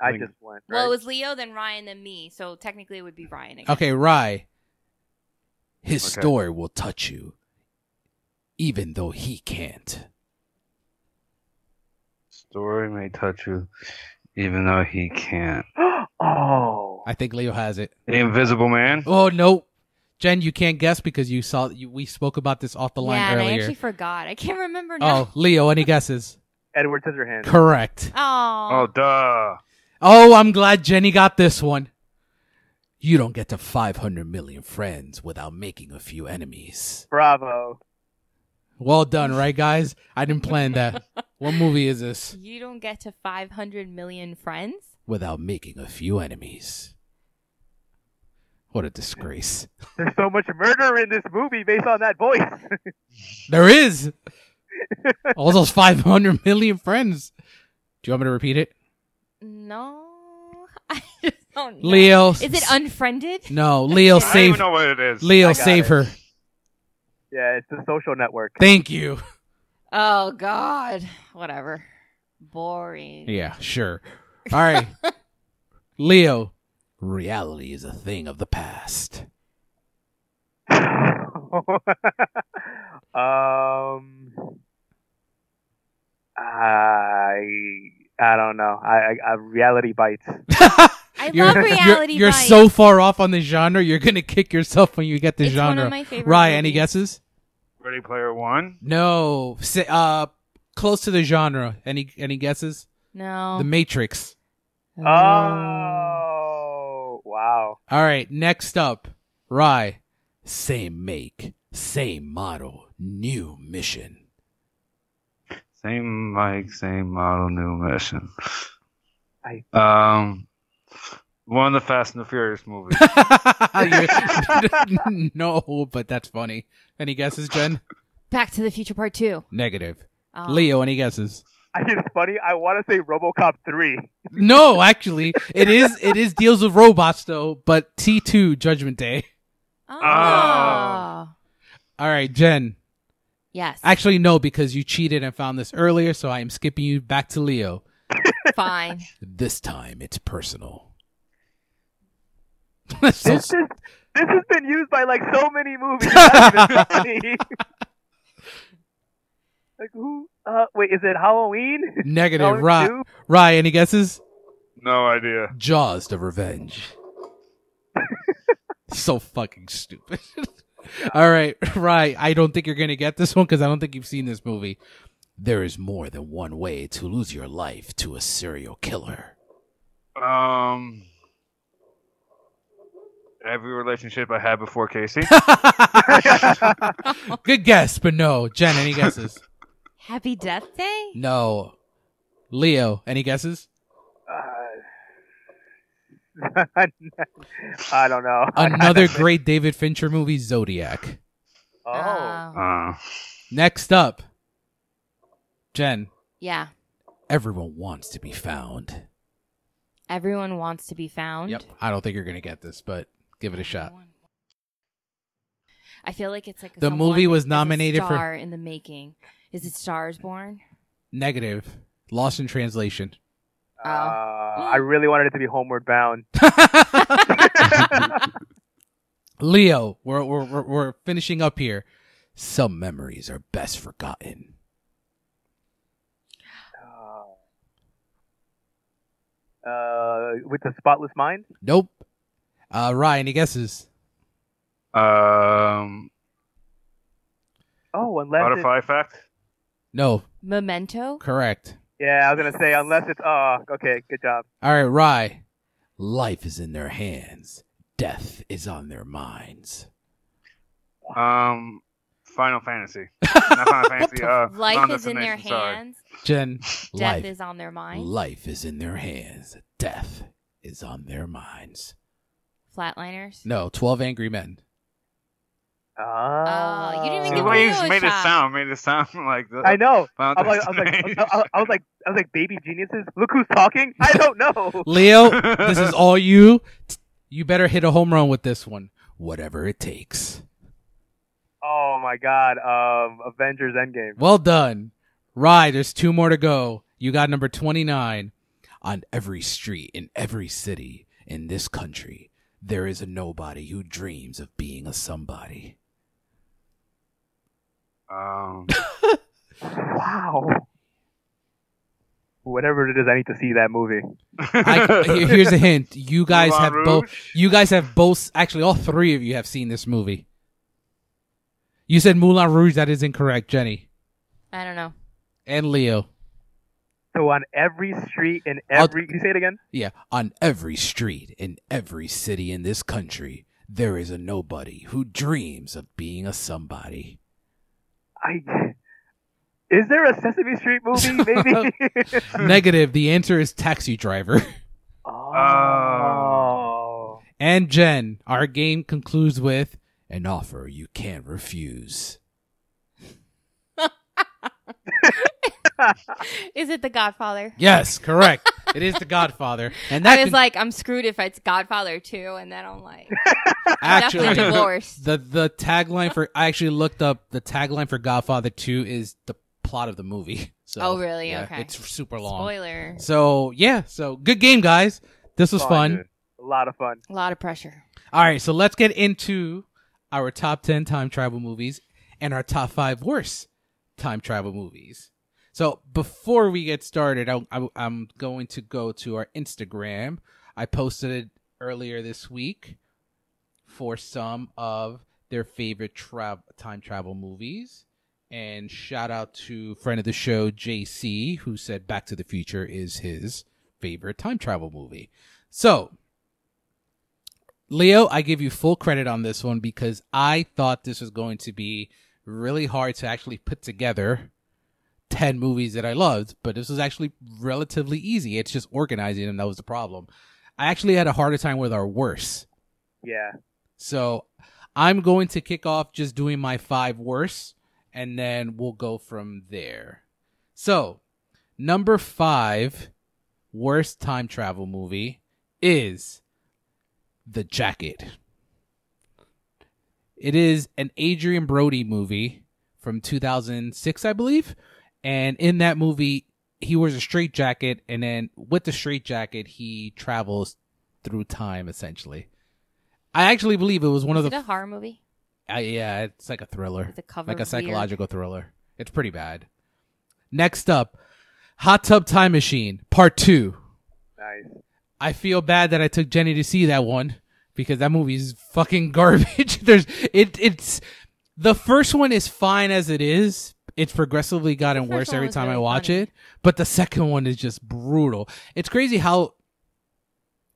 D: I just went. Right?
B: Well, it was Leo, then Ryan, then me. So technically, it would be Ryan again.
A: Okay, Rye. His
C: Okay.
A: story will touch you, even though he can't.
C: Story may touch you, even though he can't.
D: [gasps] oh,
A: I think Leo has
B: [laughs]
A: it.
C: The Invisible Man.
A: Oh no, Jen, you can't guess because you saw you, we spoke about this off the line
B: yeah, and I
A: earlier.
B: actually forgot. I can't remember now.
A: Oh,
B: [laughs]
A: Leo, any guesses?
D: Edward Scissorhands.
A: Correct.
C: Oh,
B: Oh.
C: duh.
A: Oh, I'm glad Jenny got this one. You don't get to 500 million friends without making a few enemies.
D: Bravo.
A: Well done, right, guys? I didn't plan
C: [laughs]
A: that. what movie is this?
B: You don't get to 500 million friends?
A: Without making a few enemies. What a disgrace.
D: There's so much murder in this movie based on that voice. [laughs]
A: There
C: [laughs]
A: is! All those 500 million friends. Do you want me to repeat it?
B: No. [laughs] I just don't know.
A: Leo.
B: Is it unfriended?
A: no, Leo,
C: I don't even
A: save.
C: know what it is.
A: Leo,
D: I got
A: save
D: it.
A: her.
D: yeah, it's the social network.
A: Thank you.
B: Oh, God. Whatever. Boring.
A: Yeah, sure. All right. Leo, reality is a thing of the past.
D: [laughs] um, I I don't know. I, I, I reality bites.
B: I
A: [laughs] you're,
B: love reality
A: You're, you're
B: bites.
A: so far off on the genre, you're going to kick yourself when you get the
B: It's one
A: genre.
B: of my favorite
A: Ryan, any
B: movies.
A: guesses?
C: Ready Player One.
A: No. Say, uh, close to the genre. Any any guesses?
B: No.
A: The Matrix.
C: Oh.
D: Oh, wow. [laughs]
A: All right, next up, Rye. Same make, same model, new [laughs] mission.
C: Same mic, same model, new mission.
D: I-
C: Um, one of the Fast and the Furious
B: [laughs]
C: movies.
A: You're- [laughs] no, but that's funny. Any guesses, [laughs] Jen?
B: Back to the Future Part Two.
A: Negative.
B: Um,
A: Leo, any guesses?
D: I think it's funny. I want to say RoboCop three.
A: No, actually, it is it is deals with robots though, but T two Judgment Day.
B: Oh.
C: Oh.
A: All right, Jen.
B: Yes.
A: Actually, no, because you cheated and found this earlier, so I am skipping you back to Leo.
B: [laughs] Fine.
A: This time, it's personal. [laughs] That's so
D: This is this has been used by like so many movies. It's not even funny. [laughs] like who? Uh, wait, is it Halloween?
A: Negative.
D: Halloween
A: Rye,
D: two?
A: Rye, any guesses?
C: no idea.
A: Jaws the Revenge. [laughs] so fucking stupid. [laughs] All right, Rye, I don't think you're going to get this one because I don't think you've seen this movie. There is more than one way to lose your life to a serial killer.
C: Um, every relationship I had before
B: [laughs]
C: Casey.
A: [laughs] Good guess, but no. Jen, any guesses?
B: Happy Death Day.
A: [laughs] No. Leo, any [laughs] guesses?
D: Uh, [laughs] I don't know.
A: Another great David Fincher movie, Zodiac.
D: Oh,
B: Oh.
C: uh,
A: Next up, Jen.
B: yeah.
A: Everyone wants to be found.
B: Everyone wants to be found.
A: Yep. I don't think you're gonna get this, but give it a shot.
B: I feel like it's like
A: The
B: someone
A: movie was
B: is a
A: nominated for-
B: star in the making. Is it Stars Born?
A: Negative. Lost in translation. [laughs]
D: Uh, I really wanted it to be Homeward Bound.
A: Leo, we're, we're we're we're finishing up here. Some memories are best forgotten.
D: Uh, with the spotless mind.
A: Nope. Uh, Ryan, any guesses?
C: um,
D: Oh, unless it's,
C: butterfly effect.
A: No.
B: Memento.
A: Correct.
D: yeah, I was gonna say unless it's oh, okay, good job.
A: All right, Rye. Life is in their hands. Death is on their minds.
C: Um, Final
B: [laughs]
C: Fantasy. Not Final Fantasy. Uh,
B: Life
C: Final
B: is in their
C: Destination, sorry.
B: hands.
A: Jen,
B: Death
A: life
B: is on their mind.
A: life is in their hands. Death is on their minds.
B: Flatliners.
A: No, 12 Angry Men.
D: Oh,
B: you didn't even
C: See, the
B: give
C: way you
B: Leo a
C: made it
B: shot.
C: sound made it sound [laughs] like the.
D: I know.
C: Final
D: I'm like, I was like, I was- I was like, I was like, baby geniuses. Look who's talking. I don't
A: [laughs]
D: know.
A: Leo, Oh, this
C: [laughs]
A: is all you. T- You better hit a home run with this one. Whatever it takes.
D: Oh my god. Um, Avengers Endgame.
A: Well done. Rye, there's two more to go. You got number 29. On every street, in every city, in this country, there is a nobody who dreams of being a somebody.
C: um,
D: Wow. Whatever it is, I need to see that movie.
C: [laughs]
A: I, here- here's a hint. You guys
C: Moulin
A: have both.
C: Rouge?
A: You guys have both. Actually, all three of you have seen this movie. You said Moulin Rouge. That is incorrect, Jenny
B: I don't know. [laughs]
A: and Leo.
D: So on every street in
A: I'll-
D: every, can you say it again?
A: Yeah, on every street in every city in this country, there is a nobody who dreams of being a somebody.
D: I. Is there a Sesame Street
A: [laughs]
D: movie? Maybe.
B: Hmm.
A: Negative. The answer is taxi driver. [laughs]
D: [laughs] oh.
A: And Jen, our game concludes with an offer you can't refuse.
B: Is it The Godfather?
A: Yes, correct. it is The
B: [laughs]
A: Godfather, and that
B: I was
A: con-
B: like, I'm screwed if it's Godfather too, and then
A: [laughs]
B: I'm like,
A: actually
B: definitely divorced.
A: the the tagline for I actually looked up the tagline for Godfather Two is the plot of the movie. So,
B: Oh, really?
A: yeah,
B: Okay.
A: it's super long.
B: Spoiler.
A: So yeah, so good game, guys. This was
D: Oh, I
A: fun.
C: did.
D: A lot of fun.
B: A lot of pressure.
A: All right, so let's get into our top 10 time travel movies and our top five worst time travel movies. So before we get started, I, I, I'm going to go to our Instagram. I posted it earlier this week for some of their favorite tra- time travel movies. And shout out to friend of the show, JC, who said Back to the Future is his favorite time travel movie. So, Leo, I give you full credit on this one because I thought this was going to be really hard to actually put together 10 movies that I loved, but this was actually relatively easy. It's just organizing them that was the problem. I actually had a harder time with our worst.
D: Yeah.
A: So I'm going to kick off just doing my five worst, and then we'll go from there. So, number five worst time travel movie is The Jacket. It is an Adrian Brody movie from 2006, I believe. And in that movie, he wears a straight jacket, and then with the straight jacket, he travels through time essentially. I actually believe it was one
B: Is
A: of
B: it
A: the
B: a horror movie?
A: uh, yeah, it's like a thriller,
B: The cover
A: like a
B: weird?
A: psychological thriller. It's pretty bad. Next up, Hot Tub Time Machine Part Two.
D: Nice.
A: I feel bad that I took Jenny to see that one because that movie is fucking [laughs] garbage. There's it. It's the first one is fine as it is. It's progressively gotten
B: The
A: worse
B: first one
A: every
B: was
A: time I
B: really
A: watch
B: funny.
A: it, but the second one is just brutal. It's crazy how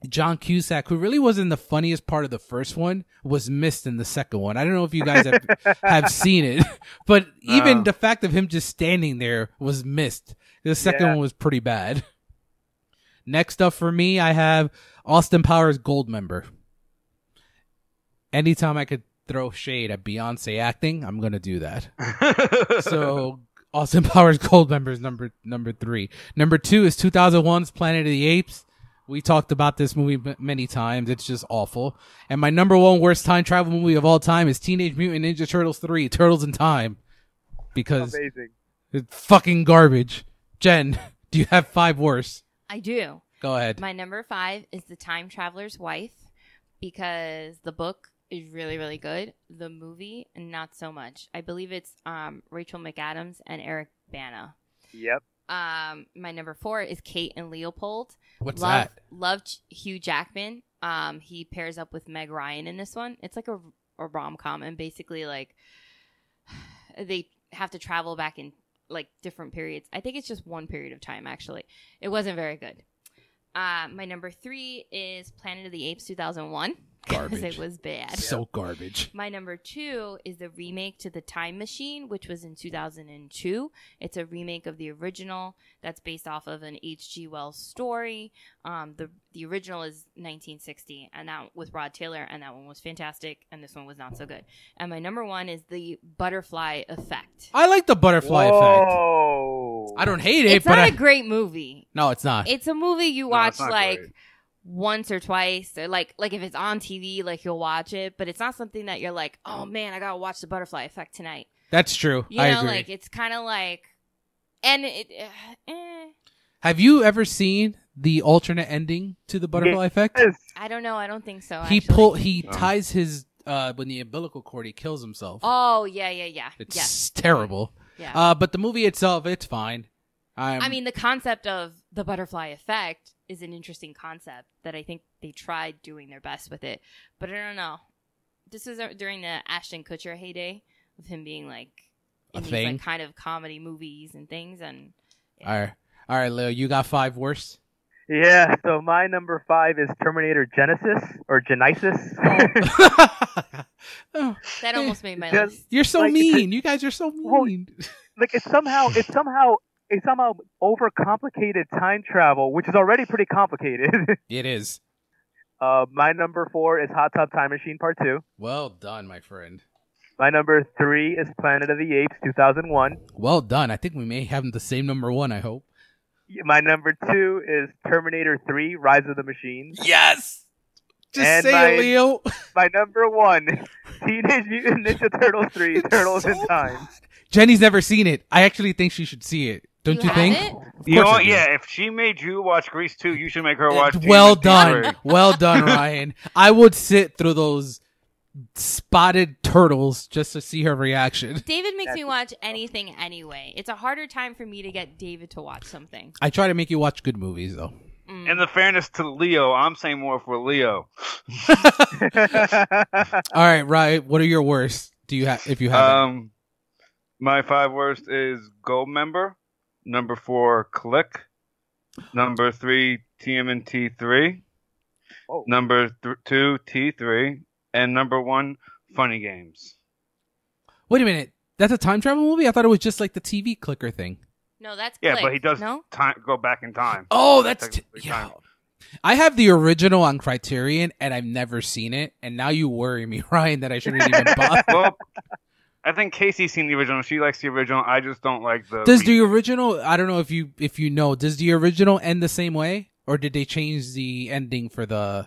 A: John Cusack, who really wasn't the funniest part of the first one, was missed in the second one. I don't know if you guys have,
B: [laughs]
A: have seen it, [laughs] but even
C: No.
A: the fact of him just standing there was missed. The second
D: Yeah.
A: one was pretty bad. [laughs] Next up for me, I have Austin Powers Gold Member. Anytime I could throw shade at Beyonce acting, I'm gonna do that. So Austin Powers Gold Member is number number three. Number two is 2001's Planet of the Apes. We talked about this movie m- many times. It's just awful. And my number one worst time travel movie of all time is Teenage Mutant Ninja Turtles 3, Turtles in Time. Because
D: Amazing.
A: it's fucking garbage. Jen, [laughs] do you have five worse?
B: I do.
A: Go ahead.
B: My number five is The Time Traveler's Wife because the book is really, really good. The movie, not so much. I believe it's um, Rachel McAdams and Eric Bana.
D: Yep.
B: Um, my number four is Kate and Leopold.
A: What's
B: love,
A: that?
B: Love Ch- Hugh Jackman. Um, he pairs up with Meg Ryan in this one. It's like a, a rom com, and basically like [sighs] they have to travel back in like different periods. I think it's just one period of time actually. It wasn't very good. Uh, my number three is Planet of the Apes [laughs] 2001 because
A: Garbage.
B: it was bad.
A: So garbage.
B: My number two is the remake to The Time Machine, which was in 2002. It's a remake of the original that's based off of an H.G. Wells story. Um, the the original is 1960, and that with Rod Taylor, and that one was fantastic, and this one was not so good. And my number one is the Butterfly Effect.
A: I like the butterfly effect.
D: Whoa.
A: I don't hate it,
B: It's
A: but
B: not a
A: I
B: great movie.
A: no, it's not.
B: It's a movie you
C: [laughs] No,
B: watch
C: it's not
B: like
C: great.
B: once or twice, or like like if it's on TV, like you'll watch it, but it's not something that you're like, oh man, I gotta watch The Butterfly Effect tonight.
A: That's true.
B: You
A: I
B: know,
A: agree.
B: like it's kind of like, and it, eh,
A: Have you ever seen the alternate ending to the butterfly effect?
D: Yes.
B: I don't know. I don't think so.
A: He
B: Oh, actually.
A: pull he
C: No.
A: ties his uh when the umbilical cord he kills himself.
B: Oh yeah, yeah, yeah.
A: it's
B: yes,
A: terrible.
B: yeah.
A: Uh but the movie itself it's fine. I'm,
B: I mean, the concept of the butterfly effect is an interesting concept that I think they tried doing their best with it, but I don't know. This was uh, during the Ashton Kutcher heyday of him being like
A: A
B: in these
A: thing?
B: like kind of comedy movies and things, and
A: all right. All right, Leo, you got five worse. [laughs]
D: Yeah. So my number five is Terminator Genesis or
A: [laughs]
D: Genesis.
A: Oh,
B: that almost made my
D: Just-
B: list.
A: you're so
D: Like-
A: mean. You guys are so
D: Well,
A: mean.
D: like it's somehow it's somehow it's somehow overcomplicated time travel, which is already pretty complicated. [laughs]
A: It is.
D: uh, my number four is Hot Tub Time Machine Part Two.
A: Well done, my friend.
D: My number three is Planet of the Apes 2001.
A: Well done. I think we may have the same number one, I hope.
D: My number two is Terminator 3 Rise of the Machines.
A: Yes. Just
D: And
A: say
D: my-
A: it, Leo.
D: My number one, [laughs] Teenage Mutant Ninja Turtles 3
A: It's [laughs]
D: Turtles
A: so
D: in Time. [laughs]
A: bad. Jenny's never seen it. I actually think she should see it. Don't you,
B: have
A: think?
B: it?
A: Of
C: You know
A: course I
C: what?
A: do.
C: Yeah, if she made you watch Grease 2, you should make her watch.
A: Uh,
C: Demon
A: well
C: Slayer. [laughs]
A: done. well done, Ryan. I would sit through those spotted turtles just to see her reaction.
B: David makes me
D: That's-
B: watch anything anyway. It's a harder time for me to get David to watch something.
A: I try to make you watch good movies, though.
B: Mm.
C: In the fairness to Leo, I'm saying more for Leo.
A: All right, Ryan, what are your worst? Do you have if you have?
C: Um, My five worst is Gold Member. Number four, Click. Number three, TMNT three.
D: Whoa.
C: Number th- two, T three, and number one, Funny Games.
A: Wait a minute. That's a time travel movie? I thought it was just like the TV clicker thing.
B: No, that's
C: Yeah,
B: click.
C: but he does
B: no.
C: time, go back in time.
A: Oh, that's t-
C: Technically
A: yeah.
C: time.
A: I have the original on Criterion, and I've never seen it. And now you worry me, [laughs] Ryan, that I shouldn't
C: [laughs]
A: even bother. [laughs]
C: Well, I think Casey's seen the original. She likes the original. I just don't like the.
A: does the original? I don't know if you if you know. Does the original end the same way, or did they change the ending for the?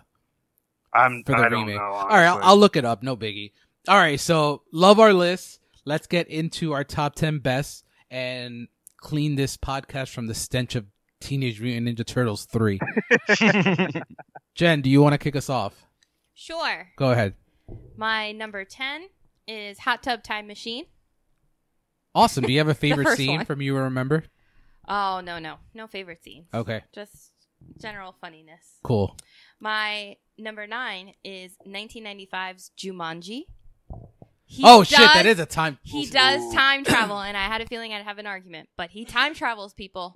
C: I'm,
A: for the
C: I don't
A: remake.
C: know.
A: All right, I'll,
C: honestly.
A: I'll look it up. No biggie. All right, so love our list. Let's get into our top ten best and clean this podcast from the stench of Teenage Mutant Ninja Turtles three. [laughs] Jen, do you want to kick us off?
B: Sure.
A: Go ahead.
B: My number ten is Hot Tub Time Machine.
A: Awesome. Do you have
B: [laughs]
A: a favorite
B: first
A: scene
B: one.
A: from you remember?
B: Oh no, no, no favorite scenes.
A: Okay,
B: Just general funniness.
A: cool.
B: My number nine is 1995's Jumanji. He
A: oh shit, that
B: does-
A: is a time.
B: He does time travel, and I had a feeling I'd have an argument, but he time travels people.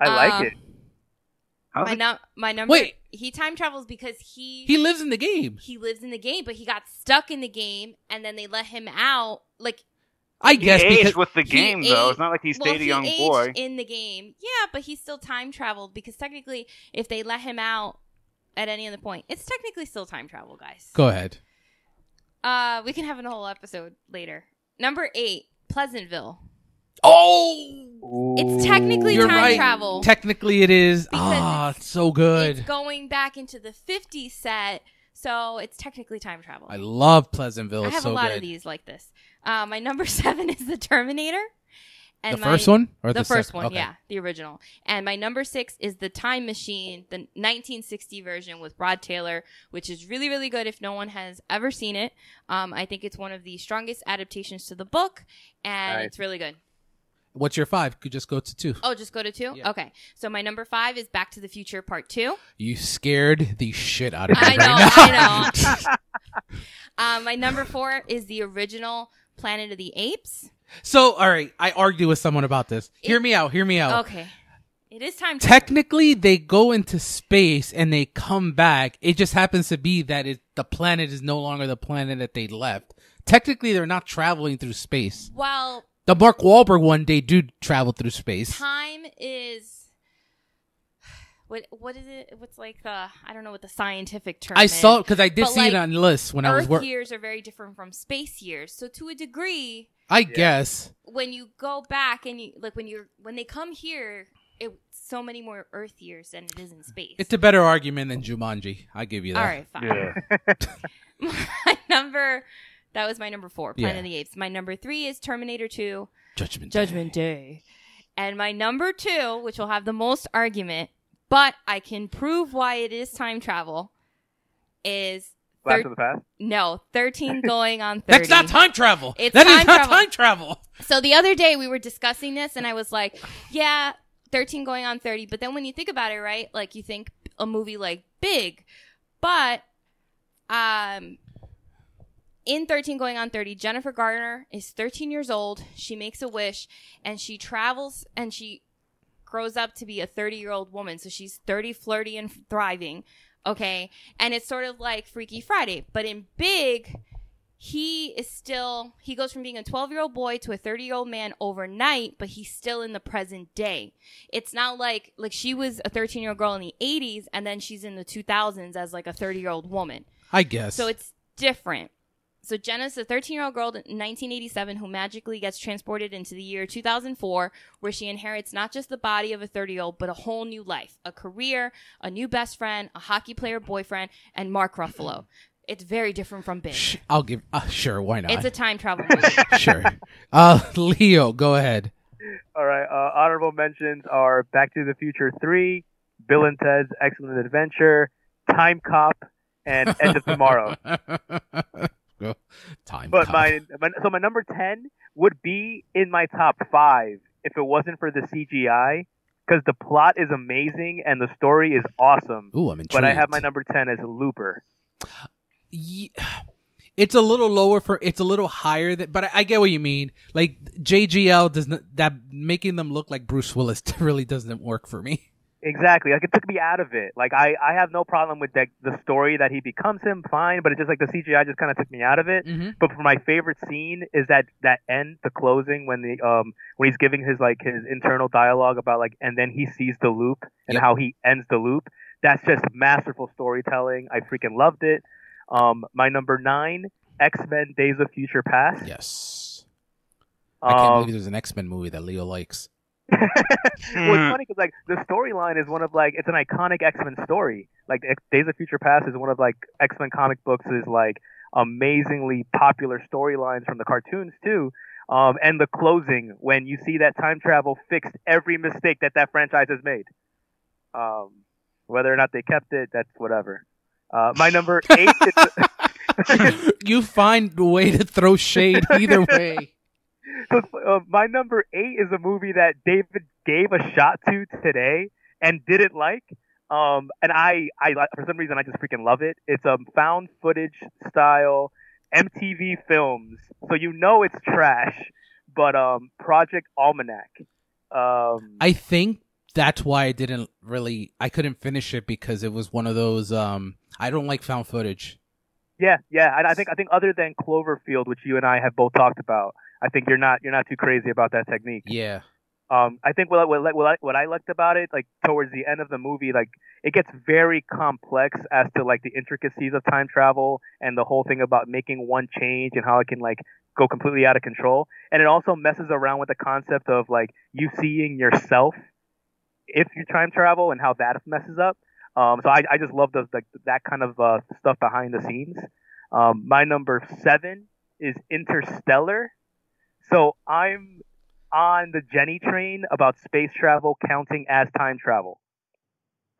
D: I
B: Um,
D: like it.
C: How's
B: My,
C: it-
B: num- my number.
A: Wait.
B: He time travels because he
A: He lives in the game.
B: he lives in the game, but he got stuck in the game, and then they let him out. Like
A: I
C: He
A: guess
C: aged
A: because
C: with the
B: he
C: game though.
B: aged-
C: It's not like he
B: well,
C: stayed
B: he
C: a young
B: aged
C: boy.
B: in the game, yeah, but he still time traveled because technically, if they let him out at any other point, it's technically still time travel, guys.
A: go ahead.
B: Uh, we can have a whole episode later. Number eight, Pleasantville.
A: Oh,
B: It's technically
A: You're
B: time
A: right.
B: travel.
A: technically it is.
B: Because
A: Ah,
B: it's-
A: it's so good.
B: It's going back into the 50s set, so it's technically time travel.
A: I love Pleasantville.
B: I
A: It's
B: have
A: so
B: a lot
A: good.
B: of these like this. Uh, my number [laughs] seven is the Terminator. And
A: the
B: my-
A: first one or
B: The,
A: the,
B: first
A: second?
B: one,
A: Okay.
B: yeah, the original. And my number six is the Time Machine, the 1960 version with Rod Taylor, which is really, really good. If no one has ever seen it, um, I think it's one of the strongest adaptations to the book, and
D: Nice.
B: it's really good.
A: What's your five? Could just go to two.
B: Oh, just go to two.
A: Yeah.
B: Okay, so my number five is Back to the Future
A: [laughs]
B: Part Two.
A: You scared the shit out of me.
B: I know, I
A: know.
B: [laughs] Um, my number four is the original Planet of the Apes.
A: [laughs] so, all right, I argued with someone about this. hear
B: It-
A: me out. Hear me out.
B: Okay, it is time. to
A: Technically, they go into space and they come back. It just happens to be that it, the planet is no longer the planet that they left. Technically, they're not traveling through space.
B: well,
A: The Mark Wahlberg one, they do travel through space.
B: time is what? What is it? What's like the? I don't know what the scientific term.
A: I
B: is.
A: saw because I did
B: But,
A: see
B: like,
A: it on lists when I was
B: Earth
A: working.
B: years are very different from space years, so to a degree,
A: I guess.
B: when you go back and you like when you're when they come here, it's so many more Earth years than it is in space.
A: It's a better argument than Jumanji. I give you that.
B: All right, fine.
C: Yeah.
B: [laughs] my number that was my number four planet
A: Yeah.
B: of the apes my number three is terminator 2
A: Judgment. Day.
B: judgment day and my number two which will have the most argument but i can prove why it is time travel is
D: Back to the past.
B: no 13 going on 30
A: That's not time travel.
B: It's
A: That is
B: time
A: not
B: travel.
A: time travel.
B: so the other day we were discussing this and i was like yeah 13 going on 30 but then when you think about it right like you think a movie like big but um in 13 going on 30 jennifer garner is 13 years old she makes a wish and she travels and she grows up to be a 30 year old woman so she's 30 flirty and thriving okay and it's sort of like freaky friday but in big he is still he goes from being a 12 year old boy to a 30 year old man overnight but he's still in the present day it's not like like she was a 13 year old girl in the 80s and then she's in the 2000s as like a 30 year old woman
A: I guess.
B: so it's different. So Jenna's a 13 year old girl in 1987 who magically gets transported into the year 2004, where she inherits not just the body of a 30 year old, but a whole new life, a career, a new best friend, a hockey player boyfriend, and Mark Ruffalo. It's very different from Big.
A: Sh- I'll give. Uh, sure, why not?
B: It's a
A: [laughs]
B: time travel movie. [laughs]
A: sure. Uh, Leo, go ahead.
D: All right. Uh, honorable mentions are Back to the Future 3, Bill and Ted's Excellent Adventure, Time Cop, and End
A: [laughs]
D: of Tomorrow.
A: Go. Time.
D: But
A: cop.
D: my, my so my number 10 would be in my top 5 if it wasn't for the CGI cuz the plot is amazing and the story is awesome.
A: Ooh, I'm intrigued.
D: But I have my number 10 as Looper.
A: Ye- It's a little lower for it's a little higher than, but I, I get what you mean. Like JGL does not that making them look like Bruce Willis [laughs] really doesn't work for me.
D: Exactly. Like it took me out of it. Like I, I have no problem with the, the story that he becomes him, fine. But it's just like the CGI just kind of took me out of it.
A: Mm-hmm.
D: But for my favorite scene is that that end, the closing when the um when he's giving his like his internal dialogue about like and then he sees the loop and
A: Yep.
D: how he ends the loop. That's just masterful storytelling. I freaking loved it. Um, my number nine, X Men: Days of Future Past.
A: Yes, I can't
D: Um,
A: believe there's an X Men movie that Leo
D: [laughs]
A: likes. [laughs]
D: well,
C: Mm-hmm. Hmm.
D: it's funny because like the storyline is one of like it's an iconic X Men story. Like X- Days of Future Past is one of like X Men comic books is like amazingly popular storylines from the cartoons too. Um, and the closing when you see that time travel fixed every mistake that that franchise has made. Um, whether or not they kept it, that's whatever. Uh, my number eight is
A: you find a way to throw shade
D: [laughs]
A: either way.
D: So, uh, my number eight is a movie that David gave a shot to today and didn't like. Um, and I, I, for some reason, I just freaking love it. It's a found footage style MTV films, so you know it's trash. But um, Project Almanac. Um,
A: I think that's why I didn't really I couldn't finish it because it was one of those um I don't like found footage.
D: yeah, yeah. I, I think I think other than Cloverfield, which you and I have both talked about, I think you're not you're not too crazy about that technique.
A: Yeah.
D: Um, I think what I- what I- what I, what I liked about it, like towards the end of the movie, like it gets very complex as to like the intricacies of time travel and the whole thing about making one change and how it can like go completely out of control. And it also messes around with the concept of like you seeing yourself if you time travel and how that messes up. Um, so I, I just love those like that kind of uh, stuff behind the scenes. Um, my number seven is Interstellar. So I'm on the Jenny train about space travel counting as time travel.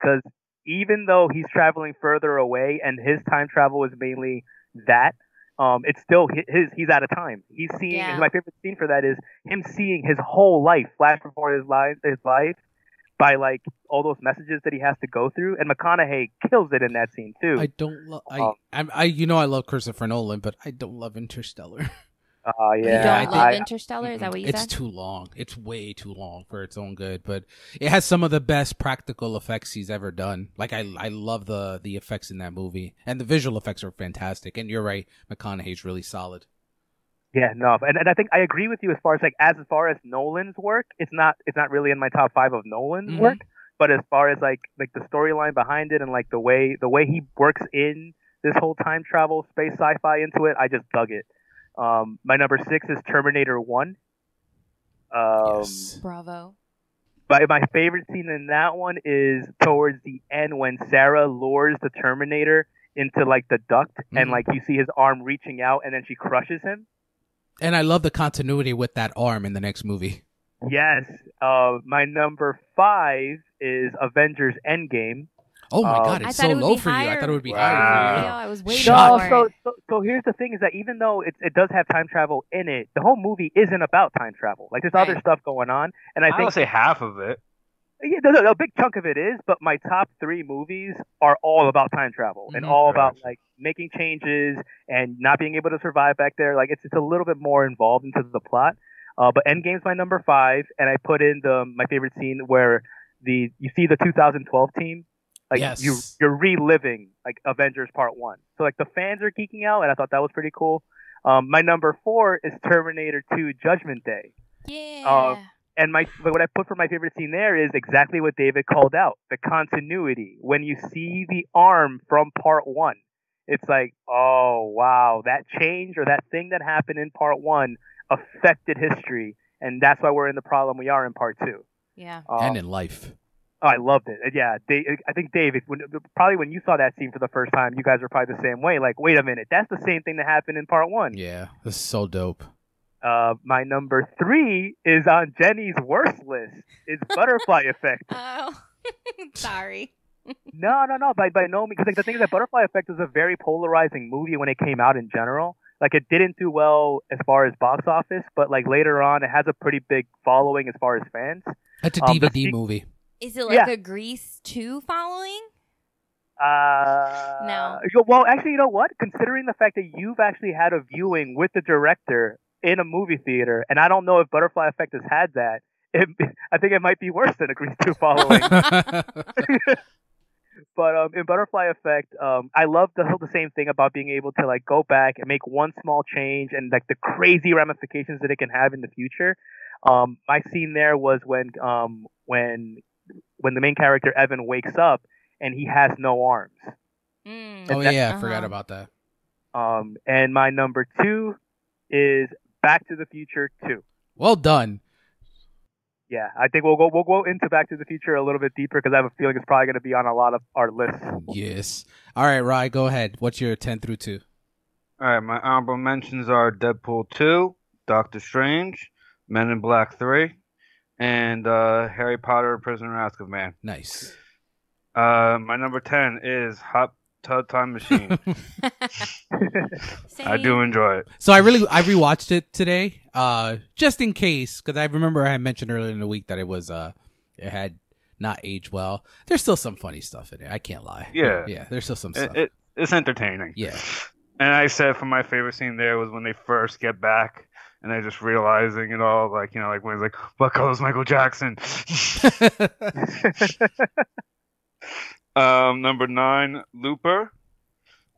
D: Because even though he's traveling further away and his time travel is mainly that, um, it's still hi- his. He's out of time. He's seeing.
B: Yeah.
D: and My favorite scene for that is him seeing his whole life flash before his life. His life by like all those messages that he has to go through, and McConaughey kills it in that scene too.
A: I don't love I,
D: Um,
A: I'm I you know I love Christopher Nolan, but I don't love
B: [laughs]
A: Interstellar.
D: Uh,
B: You
D: yeah,
A: I
B: don't love
A: think-
B: Interstellar? Oh, Is that what you
A: it's
B: said?
A: too long. It's way too long for its own good, but it has some of the best practical effects he's ever done. Like I I love the the effects in that movie. And the visual effects are fantastic. And you're right, McConaughey's really solid.
D: Yeah, no, and, and I think I agree with you as far as like as far as Nolan's work, it's not it's not really in my top five of Nolan's
A: Mhm.
D: work, but as far as like like the storyline behind it and like the way the way he works in this whole time travel space sci-fi into it, I just dug it. Um, my number six is Terminator One. Um,
A: Yes.
B: Bravo.
D: but my favorite scene in that one is towards the end when Sarah lures the Terminator into like the duct, and
A: Mhm.
D: like you see his arm reaching out, and then she crushes him.
A: And I love the continuity with that arm in the next movie.
D: Yes. Uh, my number five is Avengers Endgame.
A: Oh my
D: Oh.
A: god,
B: I
A: it's
B: thought
A: so
B: it would
A: low
B: be
A: for you. I
B: higher.
A: thought it would be
C: Wow.
A: higher for you.
C: Wow.
B: I was waiting
A: Shut
B: for
A: up.
D: so,
B: it.
D: so, so here's the thing: is that even though it, it does have time travel in it, the whole movie isn't about time travel. Like there's other
B: Right.
D: stuff going on, and I,
E: I
D: think
E: would say half of it.
D: yeah, no, no, a big chunk of it is. But my top three movies are all about time travel and
A: Mhm.
D: all about
E: Correct.
D: like making changes and not being able to survive back there. Like it's it's a little bit more involved into the plot. Uh, but Endgame's my number five, and I put in the my favorite scene where the you see the 2012 team, like
A: Yes.
D: you you're reliving like Avengers Part One. So like the fans are geeking out, and I thought that was pretty cool. Um, my number four is Terminator 2 Judgment Day,
B: Yeah.
A: Oh.
D: and my but what I put for my favorite scene there is exactly what David called out: the continuity. When you see the arm from Part One, it's like, oh wow, that change or that thing that happened in Part One affected history, and that's why we're in the problem we are in Part Two.
B: yeah.
D: Um,
A: and in life.
D: Oh, I loved it. And Yeah, Da I think David, when, probably when you saw that scene for the first time, you guys were probably the same way. Like, wait a minute, that's the same thing that happened in part one.
A: Yeah, this is so dope.
D: Uh, my number three is on Jenny's worst list. It's butterfly [laughs] effect.
B: Oh, [laughs] sorry.
D: No, no, no, by by no means. Because like the thing is that butterfly effect is a very polarizing movie when it came out in general. Like it didn't do well as far as box office, but like later on, it has a pretty big following as far as fans.
A: That's a
D: Um, the [laughs]
A: DVD
D: se-
A: movie.
B: Is it like
D: Yeah.
B: a Grease 2 following?
D: Uh,
B: No.
D: you- Well, actually, you know what? Considering the fact that you've actually had a viewing with the director in a movie theater, and I don't know if Butterfly Effect has had that, it, [laughs] I think it might be worse than a Grease 2 following. but um, in Butterfly Effect, um, I love the the same thing about being able to like go back and make one small change and like the crazy ramifications that it can have in the future. Um, my scene there was when um, when when the main character Evan wakes up and he has no arms.
B: Mm.
A: [laughs] oh yeah, I
B: Uh-huh.
A: forgot about that.
D: Um, and my number two is Back to the Future Two.
A: Well done.
D: Yeah, I think we'll go we'll go into Back to the Future a little bit deeper because I have a feeling it's probably going to be on a lot of our lists. [laughs]
A: Yes. All right, Rye, go ahead. What's your ten through two?
C: All right, my honorable mentions are Deadpool 2, Doctor Strange, Men in Black 3, and uh, Harry Potter and Prisoner of Azkaban.
A: Nice.
C: Uh, my number 10 is Hot Tub Time Machine.
A: Oh.
C: I
A: [laughs]
C: do
B: Same.
C: enjoy it.
A: So I really I rewatched it today, uh, just in case, because I remember I had mentioned earlier in the week that it was uh, it had not aged well. There's still some funny stuff in it. I can't lie.
C: Yeah.
A: yeah. There's still some stuff.
C: it, it it's entertaining.
A: Yeah.
C: And I said for my favorite scene there was when they first get back and they're just realizing it all, like, you know, like when he's like, what color is Michael Jackson? um, number nine, Looper.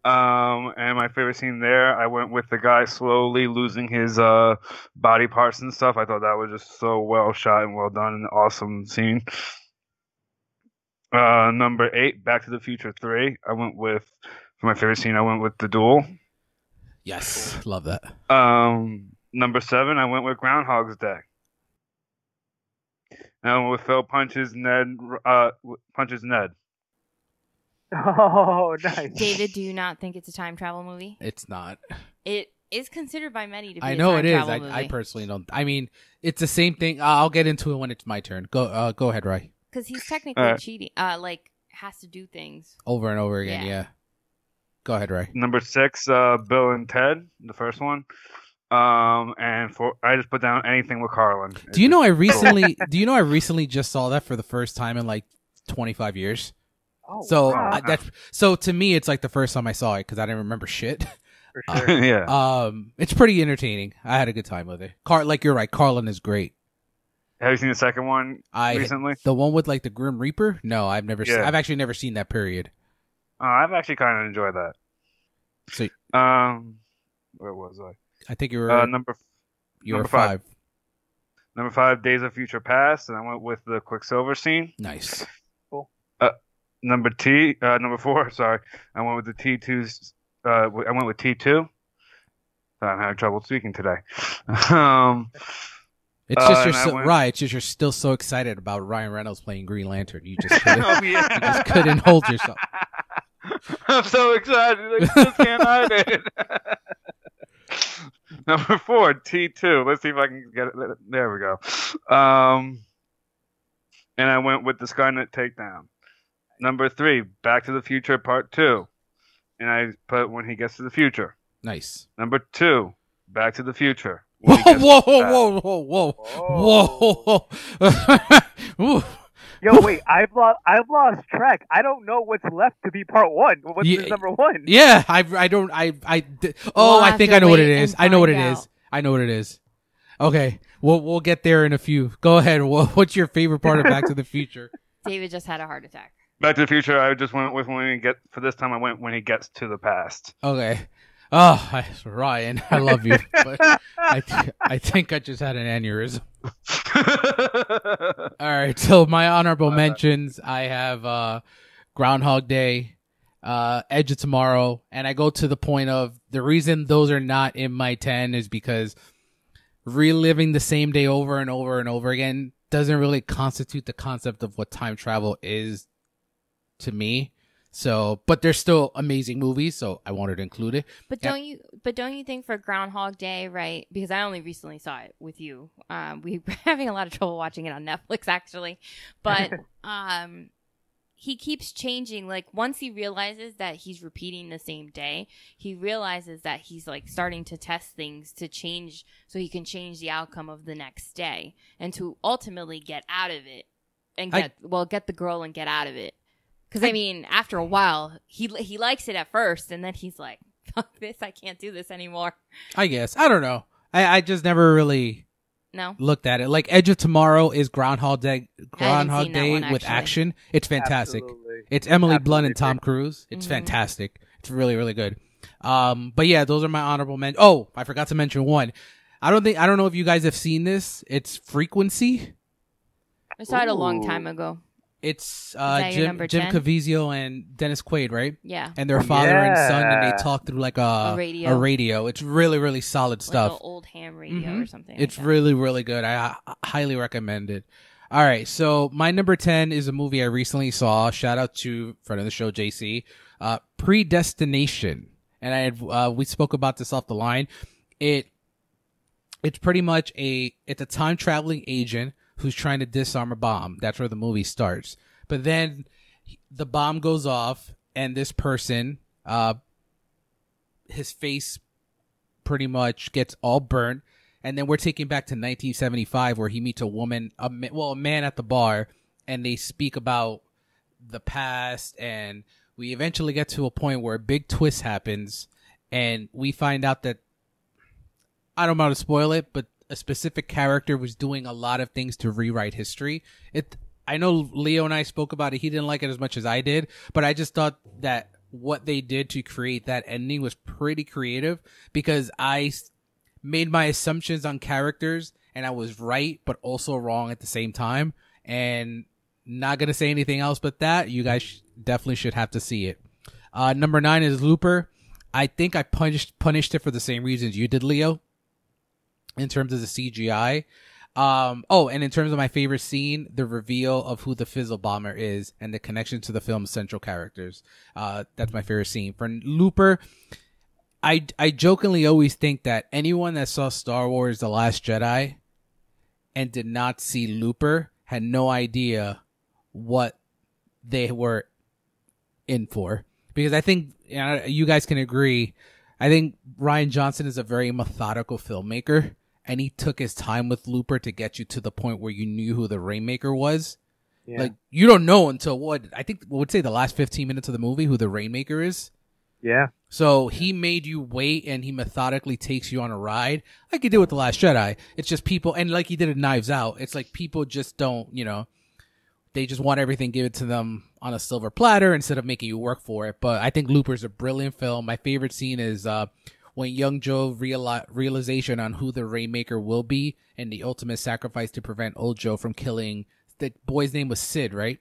C: Um, and my favorite scene there, I went with the guy slowly losing his uh, body parts and stuff. I thought that was just so well shot and well done and awesome scene. Uh, number eight, Back to the Future 3. I went with, for my favorite scene, I went with The Duel.
A: yes, love that.
C: Um, number seven, I went with Groundhog's Day. And I went with Phil punches Ned. Uh, punches Ned.
D: Oh, nice.
B: David, do you not think it's a time travel movie?
A: It's not.
B: It is considered by many to be.
A: I
B: a
A: know
B: time
A: it is.
B: travel
A: I, I
B: movie.
A: personally don't. I mean, it's the same thing. Uh, I'll get into it when it's my turn. Go. Uh, go ahead, Rye.
B: because he's technically
C: Alright.
B: cheating. Uh, like has to do things.
A: Over and over again. Yeah.
B: Yeah.
A: Go ahead, Rye.
C: Number six, uh, Bill and Ted, the first one. Um, and for I just put down anything with Carlin.
A: Do you know I recently? do you know I recently just saw that for the first time in like 25 years.
D: Oh,
A: So
D: wow,
A: I, that's so to me, it's like the first time I saw it because I didn't remember shit.
D: for
A: uh,
D: sure.
C: [laughs] yeah.
A: [laughs] Um, it's pretty entertaining. I had a good time with it. Car, like you're right, Carlin is great.
C: Have you seen the second one
A: I
C: recently?
A: the one with like the Grim Reaper. No, I've never. Seen,
C: Yeah.
A: I've actually never seen that period.
C: Uh, I've actually kind of enjoyed that.
A: So
C: Um, where was I?
A: I think you were
C: Uh, number
A: you were
C: number
A: five.
C: five. number five, Days of Future Past, and I went with the Quicksilver scene.
A: Nice.
C: number T, uh, number four. [laughs] Sorry, I went with the T two. Uh, w- I went with T two. I'm having trouble speaking today. [laughs] um,
A: It's
C: Uh,
A: just you're
C: and I
A: so,
C: went-
A: right. It's just you're still so excited about Ryan Reynolds playing Green Lantern. You
C: [laughs]
A: just couldn't, you
C: oh, yeah.
A: just couldn't hold yourself.
C: [laughs] I'm so excited. I just can't hide it. [laughs] Number four, T2. Let's see if I can get it. There we go. Um, and I went with the Skynet Takedown. Number three, Back to the Future Part 2. And I put when he gets to the future.
A: Nice.
C: Number two, Back to the Future.
A: Whoa,
C: When he
A: [laughs]
C: gets
A: whoa,
C: to the past.
A: whoa, whoa, whoa, whoa, [laughs] whoa. Ooh.
D: Yo, wait, I've lost, I've lost track. I don't know what's left to be part one. What's
A: Ye-
D: the number one?
A: Yeah, I I don't I I d- oh
B: We'll
A: I
B: have
A: think
B: to
A: I know what it
B: wait
A: is.
B: and
A: I know what it
B: find
A: is.
B: out.
A: I know what it is. Okay, we'll we'll get there in a few. Go ahead. Wha- What's your favorite part of Back to the
B: [laughs]
A: Future?
B: David just had a heart attack.
C: Back to the Future. I just went with when he get for this time. I went when he gets to
A: [laughs]
C: the past.
A: Okay. Oh, I, Ryan, I love you,
B: [laughs]
A: but I th- I think I just had an aneurysm. All right, [laughs] so my honorable mentions, I have uh Groundhog Day, uh Edge of Tomorrow, and I go to the point of the reason those are not in my 10 is because reliving the same day over and over and over again doesn't really constitute the concept of what time travel is to me. So, but they're still amazing movies, so I wanted to include it.
B: But
A: Yeah.
B: don't you? But don't you think for Groundhog Day, right? Because I only recently saw it with you. Um, we [laughs] were having a lot of trouble watching it on Netflix, actually.
A: [laughs]
B: But um, he keeps changing. Like once he realizes that he's repeating the same day, he realizes that he's like starting to test things to change, so he can change the outcome of the next day and to ultimately get out of it and
A: I-
B: get well, get the girl and get out of it. Because I mean, after a while, he he likes it at first, and then he's like, "Fuck [laughs] this! I can't do this anymore."
A: I guess. I don't know. I, I just never really
B: No,
A: looked at it. Like Edge of Tomorrow is Groundhog Day, Groundhog
B: seen that
A: Day
B: one,
A: with
B: actually.
A: action. It's fantastic.
D: Absolutely.
A: It's Emily Blunt and
D: Absolutely.
A: Tom Cruise. It's
B: Mhm.
A: fantastic. It's really really good. Um, but yeah, those are my honorable men. Oh, I forgot to mention one. I don't think I don't know if you guys have seen this. It's Frequency.
B: I saw it a long
C: Ooh.
B: time ago.
A: It's uh,
B: that your
A: Jim
B: number
A: Jim
B: 10?
A: Caviezel and Dennis Quaid, right?
B: Yeah,
A: And their father and son, and
D: Yeah.
A: they talk through like a
B: a
A: Uh, a radio.
B: radio,
A: It's really really solid
B: like
A: stuff.
B: an old ham radio
A: Mhm.
B: or something.
A: It's
B: like that.
A: really, really good. I, I highly recommend it. All right, so my number ten is a movie I recently saw. Shout out to friend of the show, JC. Uh, Predestination, and I had, uh, we spoke about this off the line. It it's pretty much a it's a time traveling agent who's trying to disarm a bomb. That's where the movie starts. But then the bomb goes off, and this person, uh, his face pretty much gets all burnt. And then we're taking back to 1975, where he meets a woman, a ma- well, a man at the bar, and they speak about the past. And we eventually get to a point where a big twist happens, and we find out that I don't know how to spoil it, but a specific character was doing a lot of things to rewrite history. It, I know Leo and I spoke about it. He didn't like it as much as I did, but I just thought that what they did to create that ending was pretty creative because I s- made my assumptions on characters and I was right, but also wrong at the same time. And not going to say anything else but that. You guys sh- definitely should have to see it. Uh, number nine is Looper. I think I punished punished it for the same reasons you did, Leo in terms of the CGI. Um, oh, and in terms of my favorite scene, the reveal of who the Fizzle Bomber is and the connection to the film's central characters. Uh, that's my favorite scene. For Looper, I, I jokingly always think that anyone that saw Star Wars The Last Jedi and did not see Looper had no idea what they were in for. Because I think you, know, you guys can agree, I think Ryan Johnson is a very methodical filmmaker, and he took his time with Looper to get you to the point where you knew who the Rainmaker was.
D: Yeah.
A: Like you don't know until what I think I would say the last fifteen minutes of the movie who the Rainmaker is.
D: yeah.
A: So he made you wait, and he methodically takes you on a ride, like he did with the Last Jedi. It's just people, and like he did in Knives Out. It's like people just don't, you know, they just want everything given to them on a silver platter instead of making you work for it. But I think Looper's a brilliant film. My favorite scene is uh, when young Joe reali- realization on who the Rainmaker will be and the ultimate sacrifice to prevent old Joe from killing. The boy's name was Sid, right?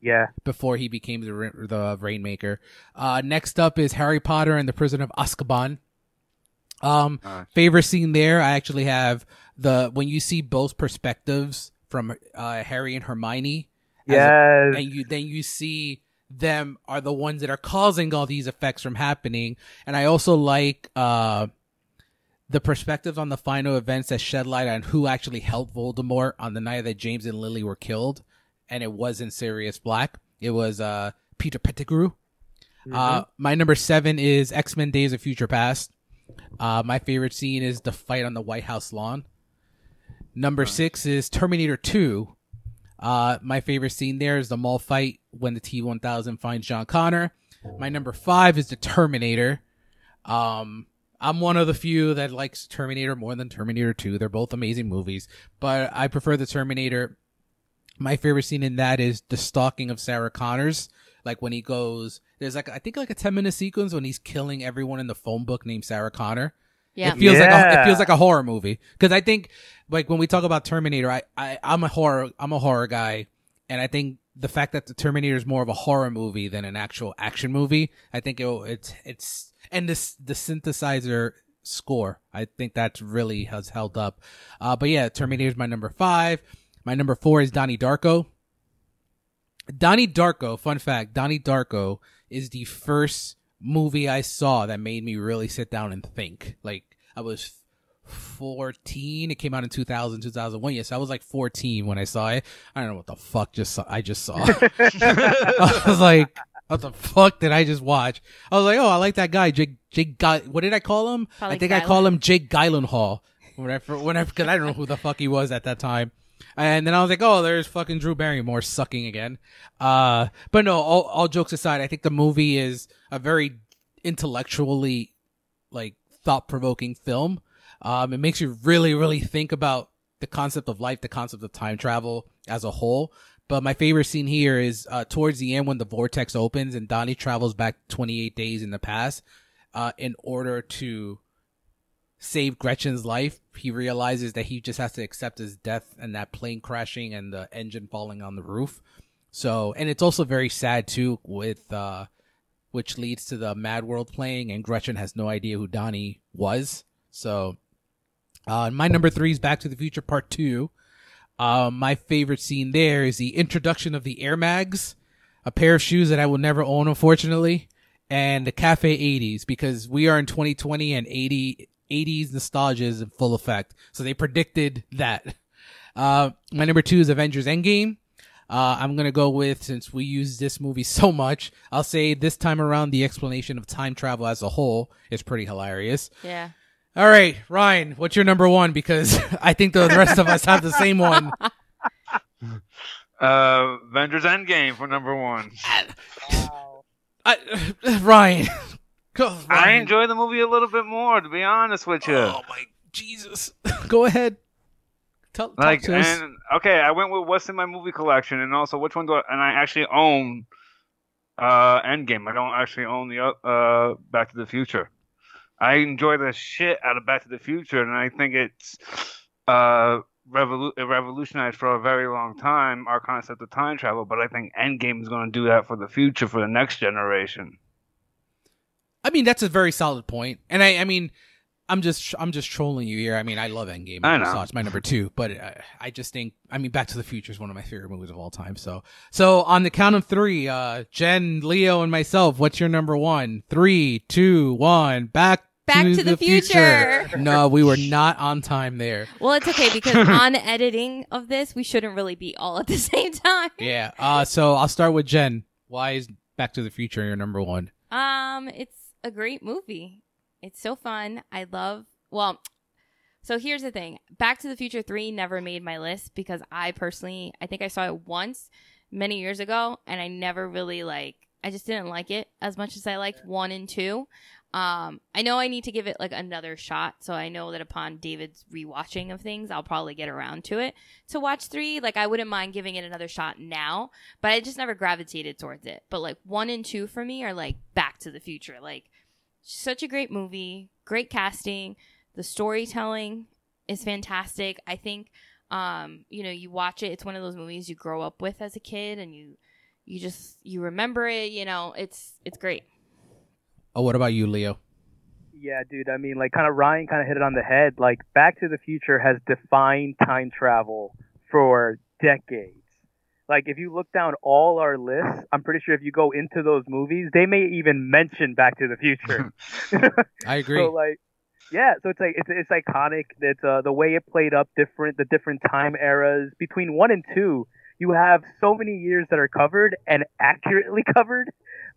D: Yeah.
A: before he became the Ra- the Rainmaker. Uh, next up is Harry Potter and the Prison of Azkaban. Um,
C: Alright.
A: favorite scene there. I actually have the when you see both perspectives from uh, Harry and Hermione, as a-
D: Yes.
A: and you then you see them are the ones that are causing all these effects from happening. And I also like uh the perspectives on the final events that shed light on who actually helped Voldemort on the night that James and Lily were killed, and it wasn't Sirius Black. It was uh Peter Pettigrew.
D: Mm-hmm.
A: Uh, my number seven is X Men: Days of Future Past. Uh, my favorite scene is the fight on the White House lawn. Number six is Terminator Two. Uh, my favorite scene there is the mall fight when the T one thousand finds John Connor. My number five is the Terminator. Um, I'm one of the few that likes Terminator more than Terminator Two. They're both amazing movies, but I prefer the Terminator. My favorite scene in that is the stalking of Sarah Connors like when he goes there's like i think like a 10 minute sequence when he's killing everyone in the phone book named sarah connor
B: yeah.
A: it feels like a, it
D: Yeah.
A: feels like a horror movie because i think like when we talk about terminator I, I i'm a horror i'm a horror guy and i think the fact that the terminator is more of a horror movie than an actual action movie i think it, it's it's and this the synthesizer score i think that's really has held up uh but yeah terminator is my number five my number four is donnie darko Donnie Darko, fun fact, Donnie Darko is the first movie I saw that made me really sit down and think. Like I was 14, it came out in 2000, 2001. Yes, I was like 14 when I saw it. I don't know what the fuck just saw, I just saw. [laughs]
C: [laughs]
A: I was like, what the fuck did I just watch? I was like, oh, I like that guy, Jake. Jake, Guy- what did I call him?
B: Probably
A: I think I
B: Gyllenhaal.
A: called him Jake Gyllenhaal. Whenever, whenever, because I don't know who the fuck he was at that time. And then I was like, oh, there's fucking Drew Barrymore sucking again. Uh, but no, all, all jokes aside, I think the movie is a very intellectually, like, thought provoking film. Um, it makes you really, really think about the concept of life, the concept of time travel as a whole. But my favorite scene here is uh, towards the end when the vortex opens and Donnie travels back 28 days in the past uh, in order to save Gretchen's life. He realizes that he just has to accept his death and that plane crashing and the engine falling on the roof. So, and it's also very sad too with, uh, which leads to the Mad World playing and Gretchen has no idea who Donnie was. So, uh, my number three is Back to the Future Part Two. Uh, my favorite scene there is the introduction of the Air Mags, a pair of shoes that I will never own, unfortunately, and the Cafe 80s because we are in 2020 and 80 80s nostalgia is in full effect. So they predicted that. Uh, my number two is Avengers Endgame. Uh, I'm gonna go with since we use this movie [laughs] so much, I'll say this time around the explanation of time travel as a whole is pretty hilarious.
B: Yeah.
A: All right, Ryan, what's your number one? Because [laughs] I think the rest of us have the same one.
E: Uh, Avengers Endgame for number one.
D: Wow.
A: I, [sighs] Ryan, [laughs] go. Ryan.
E: I enjoy the movie a little bit more, to be honest with you.
A: Oh my Jesus! [laughs] go ahead. Tell, talk
E: like,
A: to us.
E: and okay, I went with what's in my movie collection, and also which one do I? And I actually own uh Endgame. I don't actually own the o- uh Back to the Future. I enjoy the shit out of Back to the Future, and I think it's uh revolu- it revolutionized for a very long time our concept of time travel. But I think Endgame is going to do that for the future for the next generation.
A: I mean, that's a very solid point, and I, I mean, I'm just, I'm just trolling you here. I mean, I love Endgame.
E: I know.
A: So It's my number two, but I, I just think, I mean, Back to the Future is one of my favorite movies of all time. So, so on the count of three, uh, Jen, Leo, and myself, what's your number one? Three, two, one. Back.
B: Back to
A: [laughs]
B: the Future.
A: No, we were not on time there.
B: Well, it's okay because on editing of this, we shouldn't really be all at the [laughs] same time.
A: Yeah. Uh, so I'll start with Jen. Why is Back to the Future your number one?
B: Um, it's a great movie. It's so fun. I love. Well, so here's the thing: Back to the Future Three never made my list because I personally, I think I saw it once many years ago, and I never really like. I just didn't like it as much as I liked one and two. Um, I know I need to give it like another shot, so I know that upon David's rewatching of things, I'll probably get around to it. To watch three, like I wouldn't mind giving it another shot now, but I just never gravitated towards it. But like one and two for me are like Back to the Future. Like such a great movie, great casting, the storytelling is fantastic. I think um, you know, you watch it, it's one of those movies you grow up with as a kid and you you just you remember it, you know, it's it's great.
A: Oh, what about you, Leo?
D: Yeah, dude. I mean, like, kind of Ryan kind of hit it on the head. Like, Back to the Future has defined time travel for decades. Like, if you look down all our lists, I'm pretty sure if you go into those movies, they may even mention Back to the Future.
A: I agree.
D: So like, yeah, so it's like it's it's iconic. It's uh, the way it played up different, the different time eras between one and two. You have so many years that are covered and accurately [laughs] covered.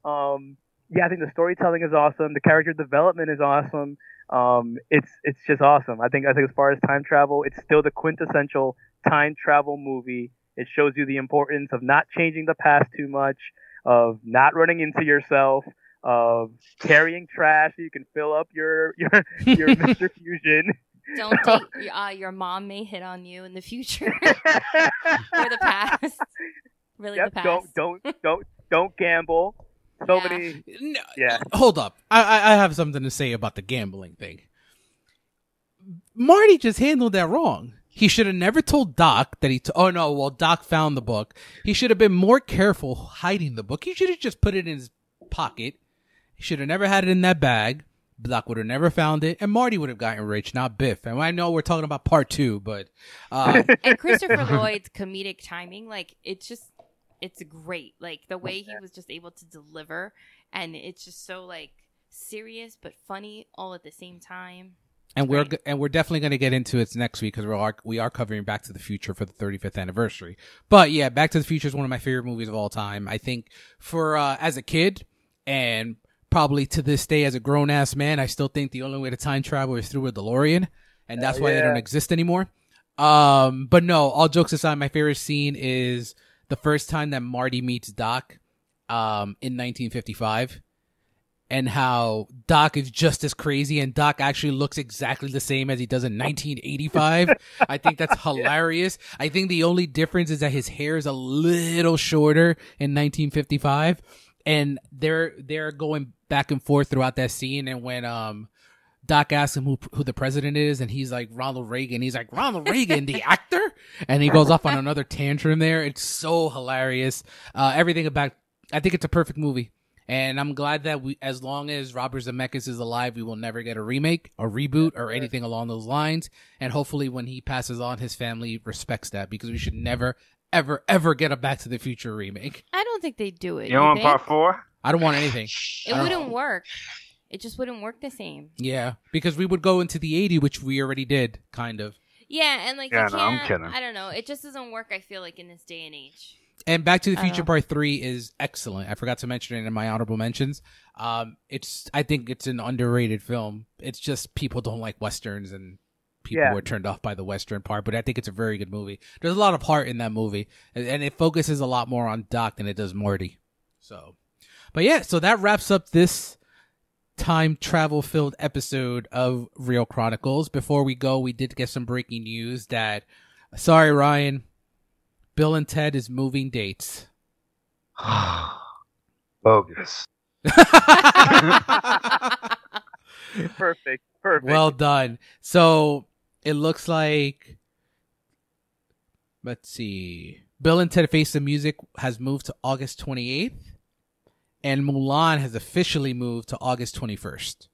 D: Um, yeah, I think the storytelling is awesome. The character development is awesome. Um, it's it's just awesome. I think I think as far as time travel, it's still the quintessential time travel movie. It shows you the importance of not changing the past too much, of not running into yourself, of carrying trash so you can fill up your your your Mr. Fusion.
B: Don't
D: [laughs]
B: take uh, your mom may hit on you in the future or the
D: [laughs]
B: past. Really
D: Yep,
B: the past.
D: don't don't don't don't gamble. So
B: Yeah.
D: many
A: No,
D: yeah.
A: hold up. I, I I have something to say about the gambling thing. Marty just handled that wrong. He should have never told Doc that he. T- oh no, well Doc found the book. He should have been more careful hiding the book. He should have just put it in his pocket. He should have never had it in that bag. Doc would have never found it, and Marty would have gotten rich, not Biff. And I know we're talking about part two, but uh,
B: and
E: [laughs]
B: Christopher Lloyd's comedic timing, like it's just it's great. Like the way he was just able to deliver and it's just so like serious but funny all at the same time.
A: and we're
B: Right.
A: g- and we're definitely going to get into it next week because we are we are covering Back to the Future for the 35th anniversary. But yeah, Back to the Future is one of my favorite movies of all time. I think for uh, as a kid and probably to this day as a grown ass man, I still think the only way to time travel is through a DeLorean, and that's why they
D: yeah.
A: don't exist anymore. Um, but no, all jokes aside, my favorite scene is the first time that Marty meets Doc, um, in 1955, and how Doc is just as crazy, and Doc actually looks exactly the same as he does in 1985. I think that's hilarious. I think the only difference is that his hair is a little shorter in 1955, and they're they're going back and forth throughout that scene, and when um. Doc asks him who who the president is, and he's like Ronald Reagan. He's like Ronald Reagan, the actor, and he goes off on another tantrum. There, it's so hilarious. Uh, everything about, I think it's a perfect movie, and I'm glad that we, as long as Robert Zemeckis is alive, we will never get a remake, a reboot, or anything along those lines. And hopefully, when he passes on, his family respects that because we should never, ever, ever get a Back to the Future remake.
B: I don't think they do
E: [laughs]
B: it.
E: You want
B: think?
E: part four?
A: I don't want anything. I
B: It
A: don't-
B: wouldn't work. It just wouldn't work the same.
A: Yeah, because we would go into the 80, which we already did, kind of.
B: Yeah, and like
E: Yeah,
B: you
E: no,
B: can't,
E: I'm kidding.
B: I don't know. It just doesn't work. I feel like in this day
E: [laughs]
B: and age.
A: And Back to the
B: I don't
A: Future
B: know.
A: Part Three is excellent. I forgot to mention it in my honorable mentions. Um, it's I think it's an underrated film. It's just people don't like westerns and people
D: Yeah.
A: were turned off by the western part. But I think it's a very good movie. There's a lot of heart in that movie, and, and it focuses a lot more on Doc than it does Morty. So, but yeah, so that wraps up this time travel filled episode of Real Chronicles. Before we go, we did get some breaking news that sorry Ryan, Bill and Ted is moving dates. [laughs]
E: Bogus.
D: Perfect. Perfect.
A: well done. So it looks like let's see. Bill and Ted Face the Music has moved to August 28th and Mulan has officially moved to August 21st.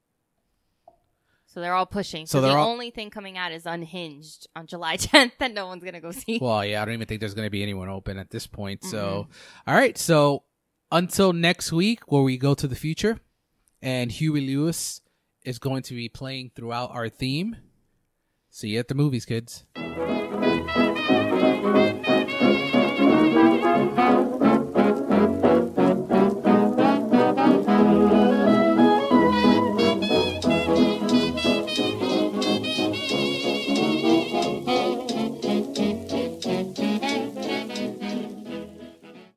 B: So they're all pushing.
A: So
B: So,
A: they're
B: the
A: all-
B: only thing coming out is Unhinged on July [laughs] 10th that no one's gonna go see.
A: Well, yeah, I don't even think there's going to be anyone open at this point. So, all right. So, until next week, where we go to the future, and Huey Lewis is going to be playing throughout our theme. See you at the movies, kids.